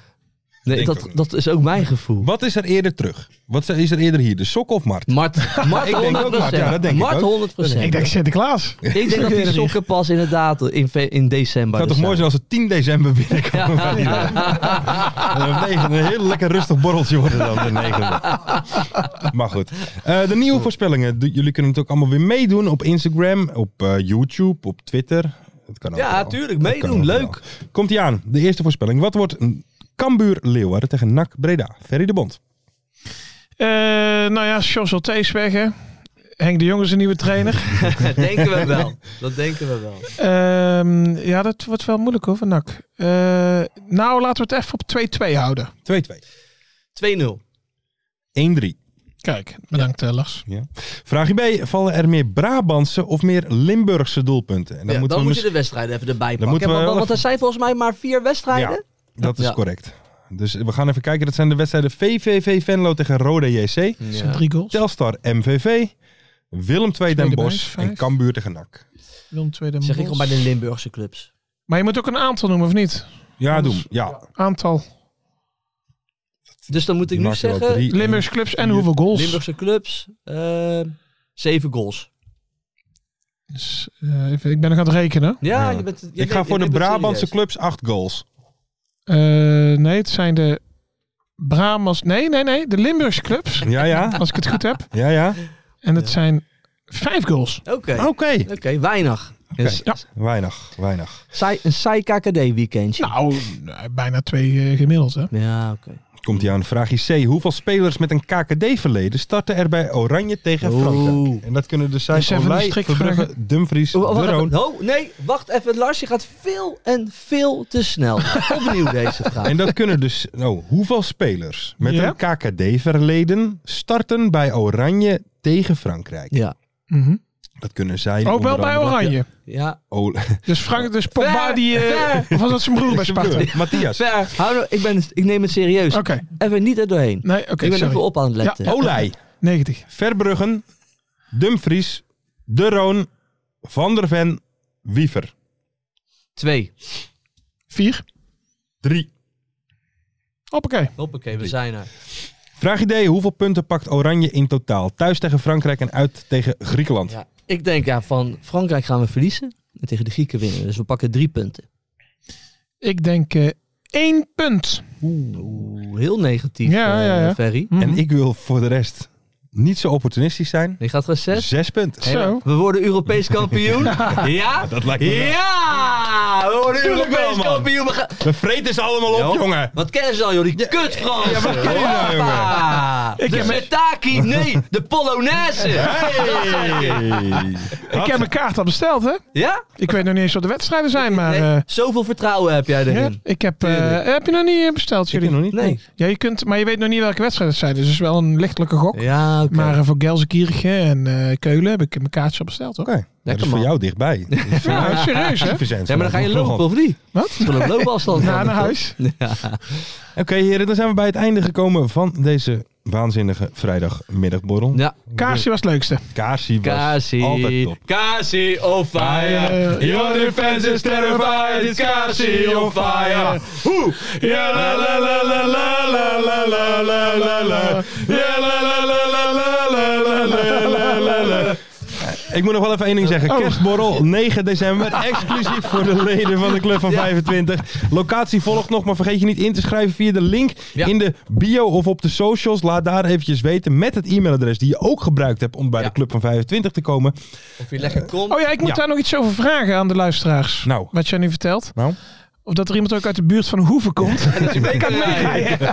[SPEAKER 6] Nee,
[SPEAKER 4] Denk
[SPEAKER 6] dat,
[SPEAKER 4] ook.
[SPEAKER 6] dat is ook mijn gevoel.
[SPEAKER 4] Wat is er eerder terug? Wat is er eerder hier? De sok of Mart?
[SPEAKER 6] Mart, Mart
[SPEAKER 4] Ik denk ook
[SPEAKER 6] 100%.
[SPEAKER 4] Mart, ja, dat denk ik
[SPEAKER 6] Mart
[SPEAKER 4] ook.
[SPEAKER 6] 100%.
[SPEAKER 5] Ik denk Sinterklaas.
[SPEAKER 6] Ik denk dat die sokken pas inderdaad in, fe- in december. dus
[SPEAKER 4] Het zou toch mooi zijn als het 10 december binnenkomen?
[SPEAKER 6] Ja.
[SPEAKER 4] En op 9 een heel lekker rustig borreltje worden dan de 9 Maar goed. Eh, de nieuwe voorspellingen. De- jullie kunnen het ook allemaal weer meedoen op Instagram, op eh, YouTube, op Twitter. Het kan
[SPEAKER 6] Ja,
[SPEAKER 4] overal.
[SPEAKER 6] tuurlijk,
[SPEAKER 4] Het kan
[SPEAKER 6] meedoen,
[SPEAKER 4] overal.
[SPEAKER 6] leuk.
[SPEAKER 4] Komt ie aan. De eerste voorspelling. Wat wordt een Cambuur Leeuwarden tegen NAC Breda? Ferry de Bond.
[SPEAKER 5] Eh, nou ja, Sjors Alté is weg, hè. Henk de Jong is een nieuwe trainer.
[SPEAKER 6] dat denken we wel. Dat denken we wel.
[SPEAKER 5] Ehm, ja, dat wordt wel moeilijk hoor, van NAC. Eh, nou, laten we het even op 2-2 houden.
[SPEAKER 4] 2-2.
[SPEAKER 6] 2-0.
[SPEAKER 4] 1-3.
[SPEAKER 5] Kijk, bedankt eh, Lars.
[SPEAKER 4] Vraagje B. Vallen er meer Brabantse of meer Limburgse doelpunten? En
[SPEAKER 6] Ja, dan
[SPEAKER 4] moeten we
[SPEAKER 6] moet
[SPEAKER 4] mis-
[SPEAKER 6] je de wedstrijden even erbij
[SPEAKER 4] Dan
[SPEAKER 6] pakken.
[SPEAKER 4] moeten we
[SPEAKER 6] want,
[SPEAKER 4] wel
[SPEAKER 6] want
[SPEAKER 4] even-
[SPEAKER 6] er zijn volgens mij maar vier wedstrijden.
[SPEAKER 4] Dat is
[SPEAKER 6] Ja.
[SPEAKER 4] correct. Dus we gaan even kijken. Dat zijn de wedstrijden VVV Venlo tegen Roda JC.
[SPEAKER 5] Dat zijn drie goals.
[SPEAKER 4] Telstar MVV. Willem II Den
[SPEAKER 5] erbij,
[SPEAKER 4] Bosch.
[SPEAKER 5] vijf.
[SPEAKER 4] En Cambuur tegen NAC.
[SPEAKER 5] Willem II, Den
[SPEAKER 6] Zeg ik al
[SPEAKER 5] Bosch.
[SPEAKER 6] bij de Limburgse clubs.
[SPEAKER 5] Maar je moet ook een aantal noemen, of niet?
[SPEAKER 4] Ja,
[SPEAKER 5] Anders-
[SPEAKER 4] doen. Ja.
[SPEAKER 5] Aantal.
[SPEAKER 6] Dus dan moet ik
[SPEAKER 4] Die
[SPEAKER 6] nu
[SPEAKER 4] maken wel
[SPEAKER 6] zeggen:
[SPEAKER 4] drie,
[SPEAKER 5] Limburgs clubs en hoeveel goals?
[SPEAKER 6] Limburgse clubs, eh, zeven goals.
[SPEAKER 5] Dus, eh, even, ik ben nog aan het rekenen.
[SPEAKER 6] Ja,
[SPEAKER 4] Ja.
[SPEAKER 6] je bent, je
[SPEAKER 4] één. Ik ga
[SPEAKER 6] neemt-
[SPEAKER 4] voor
[SPEAKER 6] je
[SPEAKER 4] de
[SPEAKER 6] neemt het
[SPEAKER 4] Brabantse
[SPEAKER 6] serieus.
[SPEAKER 4] clubs acht goals.
[SPEAKER 5] Eh, nee, het zijn de Bramers. Nee, nee, nee. De Limburgse clubs,
[SPEAKER 4] Ja, ja.
[SPEAKER 5] als ik het goed heb.
[SPEAKER 4] Ja, ja.
[SPEAKER 5] En het zijn vijf goals.
[SPEAKER 6] Oké,
[SPEAKER 4] Oké.
[SPEAKER 6] oké, weinig. Een,
[SPEAKER 5] Ja.
[SPEAKER 4] Weinig, weinig.
[SPEAKER 6] saai, een saai KKD-weekendje.
[SPEAKER 5] Nou, nou, bijna twee eh, gemiddeld, hè?
[SPEAKER 4] Nou.
[SPEAKER 6] Ja, oké.
[SPEAKER 4] Komt hij aan. Vraagje C. Hoeveel spelers met een KKD-verleden starten er bij Oranje tegen
[SPEAKER 6] Oeh.
[SPEAKER 4] Frankrijk? En dat kunnen dus zijn
[SPEAKER 5] Dus even een
[SPEAKER 4] Olij,
[SPEAKER 5] strik
[SPEAKER 4] Verbrugge,
[SPEAKER 5] vragen.
[SPEAKER 4] Dumfries,
[SPEAKER 6] Oh, wacht
[SPEAKER 4] Veroon.
[SPEAKER 6] even. Oh, nee, wacht even. Lars, je gaat veel en veel te snel. Opnieuw deze vraag.
[SPEAKER 4] En dat kunnen dus, nou, hoeveel spelers met
[SPEAKER 5] Ja.
[SPEAKER 4] een KKD-verleden starten bij Oranje tegen Frankrijk?
[SPEAKER 6] Ja.
[SPEAKER 5] Mhm.
[SPEAKER 4] Dat kunnen zijn.
[SPEAKER 5] Ook
[SPEAKER 4] onder
[SPEAKER 5] wel bij
[SPEAKER 4] andere-
[SPEAKER 5] Oranje.
[SPEAKER 6] ja.
[SPEAKER 4] Ole-
[SPEAKER 5] Dus Frank, dus Pogba
[SPEAKER 6] Ver,
[SPEAKER 5] die... eh, of was dat zijn broer bij Sparta? Oké,
[SPEAKER 4] Matthias.
[SPEAKER 6] Ver, hou nou- ik, ben, ik neem het serieus. Even niet er doorheen.
[SPEAKER 5] nee, oké,
[SPEAKER 6] ik ben
[SPEAKER 5] sorry.
[SPEAKER 6] even op aan het letten.
[SPEAKER 5] Ja, oh.
[SPEAKER 4] Olij,
[SPEAKER 5] 90.
[SPEAKER 4] Verbruggen, Dumfries, De Roon, Van der Ven, Wiever.
[SPEAKER 6] Twee.
[SPEAKER 5] Vier.
[SPEAKER 4] Drie.
[SPEAKER 5] Hoppakee.
[SPEAKER 6] Hoppakee, we zijn er.
[SPEAKER 4] Vraag idee, hoeveel punten pakt Oranje in totaal? Thuis tegen Frankrijk en uit tegen Griekenland.
[SPEAKER 6] Ja. Ik denk, ja, van Frankrijk gaan we verliezen. En tegen de Grieken winnen. Dus we pakken drie punten.
[SPEAKER 5] Ik denk eh, één punt.
[SPEAKER 6] Oeh, heel negatief,
[SPEAKER 5] Ja,
[SPEAKER 6] eh,
[SPEAKER 5] ja, ja.
[SPEAKER 6] Ferry.
[SPEAKER 5] Mhm.
[SPEAKER 4] En ik wil voor de rest niet zo opportunistisch zijn.
[SPEAKER 6] Je gaat gewoon zes.
[SPEAKER 4] Zes punten.
[SPEAKER 5] Zo.
[SPEAKER 6] We worden Europees kampioen. ja?
[SPEAKER 4] Dat lijkt me wel.
[SPEAKER 6] Ja! We worden
[SPEAKER 4] Tuurlijk wel,
[SPEAKER 6] Europees
[SPEAKER 4] man.
[SPEAKER 6] kampioen. We gaan...
[SPEAKER 4] We vreten ze allemaal op,
[SPEAKER 6] Ja.
[SPEAKER 4] jongen.
[SPEAKER 6] Wat kennen ze al, joh? Die kut Frans. Ja,
[SPEAKER 4] wat kennen ze nou, jongen?
[SPEAKER 6] De Setaki, nee, de Polonaise.
[SPEAKER 5] Ik heb mijn kaart al besteld, hè?
[SPEAKER 6] Ja?
[SPEAKER 5] Ik weet nog niet eens wat de wedstrijden zijn, maar...
[SPEAKER 6] Nee,
[SPEAKER 5] eh,
[SPEAKER 6] Zoveel vertrouwen heb jij
[SPEAKER 5] ja,
[SPEAKER 6] erin.
[SPEAKER 5] ik heb, eh,
[SPEAKER 6] Tuurlijk.
[SPEAKER 5] heb je nog niet eh, besteld, jullie?
[SPEAKER 4] nog niet.
[SPEAKER 6] Nee.
[SPEAKER 5] Ja, je kunt, maar je weet nog niet welke wedstrijden het zijn. Dus het is wel een lichtelijke gok.
[SPEAKER 6] Ja, oké.
[SPEAKER 5] Maar eh, voor Gelsenkirchen en eh, Keulen heb ik mijn kaartje al besteld, hoor.
[SPEAKER 4] Oké, dat is voor
[SPEAKER 6] man.
[SPEAKER 4] jou dichtbij.
[SPEAKER 5] Ja, serieus, hè?
[SPEAKER 4] Vincent,
[SPEAKER 6] Ja, maar dan ga je
[SPEAKER 4] nog
[SPEAKER 6] lopen,
[SPEAKER 4] wel.
[SPEAKER 6] of niet?
[SPEAKER 5] Wat?
[SPEAKER 6] Zullen we loopafstand
[SPEAKER 5] Ja,
[SPEAKER 6] gaan,
[SPEAKER 5] naar
[SPEAKER 6] toch?
[SPEAKER 5] huis.
[SPEAKER 4] Oké heren, dan zijn we bij het einde gekomen van deze waanzinnige vrijdagmiddagborrel.
[SPEAKER 6] Ja.
[SPEAKER 5] Kaarsje was het leukste.
[SPEAKER 4] Kaarsie was altijd
[SPEAKER 6] Kasi,
[SPEAKER 4] top.
[SPEAKER 6] Kasi on fire.
[SPEAKER 5] Eh,
[SPEAKER 6] Your defense is terrified. It's Kasi on fire. Hoe? Ja, la la la la la la la la la la la. Ja, la la la la la la la la la la la. Oh.
[SPEAKER 4] Ik moet nog wel even één ding zeggen. Kerstborrel 9 december, exclusief voor de leden van de Club van 25. Locatie volgt nog, maar vergeet je niet in te schrijven via de link
[SPEAKER 6] Ja.
[SPEAKER 4] in de bio of op de socials. Laat daar eventjes weten met het e-mailadres die je ook gebruikt hebt om bij
[SPEAKER 6] Ja.
[SPEAKER 4] de Club van 25 te komen.
[SPEAKER 6] Of je lekker komt.
[SPEAKER 5] Oh ja, ik moet
[SPEAKER 4] Ja.
[SPEAKER 5] daar nog iets over vragen aan de luisteraars.
[SPEAKER 4] Nou.
[SPEAKER 5] Wat jij nu vertelt.
[SPEAKER 4] Nou.
[SPEAKER 5] Of dat er iemand ook uit de buurt van Hoeven komt.
[SPEAKER 4] Eh,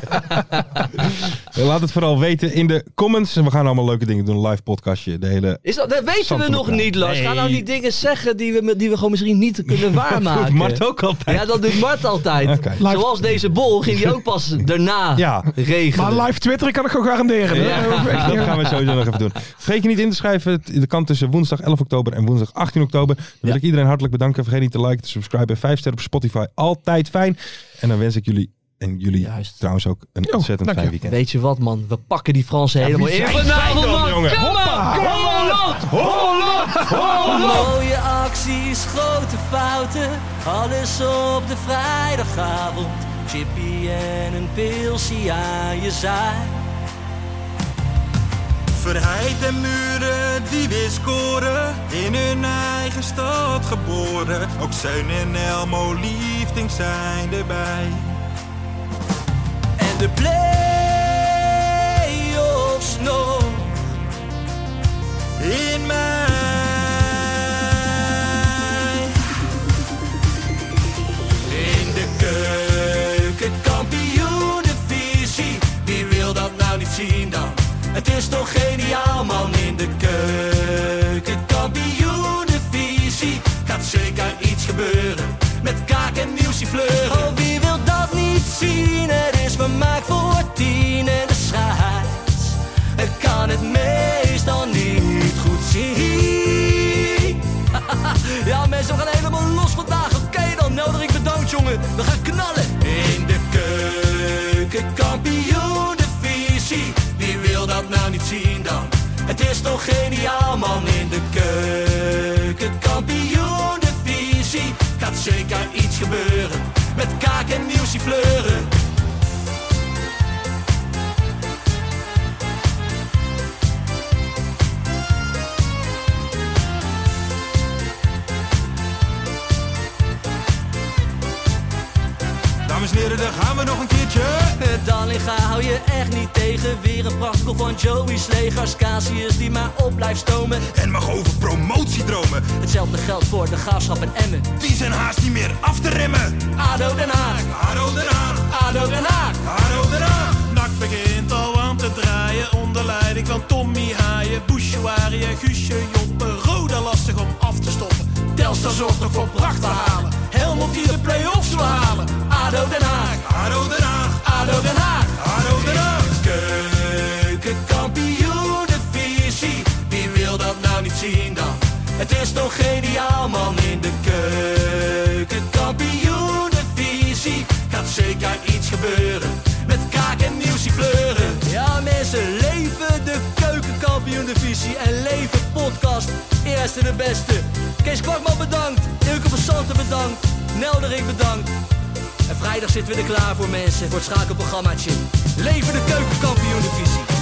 [SPEAKER 4] Laat het vooral weten in de comments. En we gaan allemaal leuke dingen doen. Een live podcastje. De hele...
[SPEAKER 6] Is dat, dat weten we
[SPEAKER 4] Zandvoort
[SPEAKER 6] nog
[SPEAKER 4] aan.
[SPEAKER 6] niet, Lars. Ga nou niet dingen zeggen die we, die we gewoon misschien niet kunnen waarmaken.
[SPEAKER 4] Mart ook altijd.
[SPEAKER 6] Ja, dat doet Mart altijd.
[SPEAKER 4] Oké.
[SPEAKER 6] Zoals deze bol ging die ook pas daarna
[SPEAKER 4] Ja.
[SPEAKER 6] regelen.
[SPEAKER 5] maar live Twitter kan ik gewoon garanderen. hè?
[SPEAKER 6] Ja.
[SPEAKER 5] Dat hoef ik echt
[SPEAKER 4] Dat
[SPEAKER 5] niet.
[SPEAKER 4] gaan we sowieso nog even doen. Vergeet je niet in te schrijven. Het- De kant tussen woensdag 11 oktober en woensdag 18 oktober. Dan wil
[SPEAKER 6] Ja.
[SPEAKER 4] ik iedereen hartelijk bedanken. Vergeet niet te liken, te subscriben en 5 sterren op Spotify. Altijd fijn. En dan wens ik jullie en jullie
[SPEAKER 6] Juist.
[SPEAKER 4] trouwens ook een ontzettend
[SPEAKER 5] dank
[SPEAKER 4] fijn
[SPEAKER 5] je.
[SPEAKER 4] weekend.
[SPEAKER 6] Weet je wat, man? We pakken die Fransen helemaal in. nou, Vanavond, man! Kom
[SPEAKER 4] jongen?
[SPEAKER 6] maar! Kom Holland! Holland! Holland!
[SPEAKER 4] nou?
[SPEAKER 8] Mooie acties, grote fouten, alles op de vrijdagavond.
[SPEAKER 6] chippy en een pilsie aan je zaai.
[SPEAKER 3] Verheid en muren die weer scoren, in hun eigen stad geboren. Ook Zijn en Elmo liefding zijn erbij.
[SPEAKER 6] En de play-offs nog in mij. In de keuken, kampioenenvisie. Wie wil dat nou niet zien dan? Het is toch geniaal man in de keuken, kampioenenvisie. Gaat zeker iets gebeuren met kaak en nieuwsie fleuren. Oh, wie wil dat niet zien? Het is vermaakt voor tien en de scheids. Ik kan het meestal niet goed zien. Ja, mensen, we gaan helemaal los vandaag. Oké, dan nodig ik de dood, jongen. We gaan knallen. In de keuken, kampioen, de visie. Wie wil dat nou niet zien dan? Het is toch geniaal, man. In de keuken, kampioen, de visie. Gaat zeker iets gebeuren. Met kaak en nieuwsie fleuren.
[SPEAKER 3] Dames en heren, daar gaan we nog een keertje.
[SPEAKER 6] Dallinga hou je echt niet tegen. Weer een prachtkel van Joey's legers. Casius die maar op blijft stomen.
[SPEAKER 3] En mag over promotiedromen,
[SPEAKER 6] Hetzelfde geldt voor de graafschap en Emmen.
[SPEAKER 3] die zijn haast niet meer af te remmen.
[SPEAKER 6] ADO Den Haag,
[SPEAKER 3] Haro Den Haag,
[SPEAKER 6] ADO Den Haag.
[SPEAKER 3] Haro Den Haag.
[SPEAKER 9] Nak begint al aan te draaien onder leiding van Tommy Haaien, Bouchouari en Guusje Joppen. Roda lastig om af te stoppen.
[SPEAKER 6] Telstar zorgt nog voor pracht te halen. Helmond die de play-offs wil halen. ADO Den Haag,
[SPEAKER 3] Haro Den Haag,
[SPEAKER 6] ADO Den Haag.
[SPEAKER 3] Haro Den Haag.
[SPEAKER 6] Keukenkampioenenvisie, wie wil dat nou niet zien dan? Het is toch geniaal man in de keukenkampioenenvisie. Gaat zeker iets gebeuren, met kaak en nieuwsie kleuren. Ja mensen, leven de keukenkampioenenvisie en leven podcast. Eerste de beste. Kees Kwakman bedankt, Ilke van Santen bedankt, Nelderik bedankt. En vrijdag zitten we er klaar voor mensen, voor het schakelprogrammaatje. Leven de keukenkampioen divisie.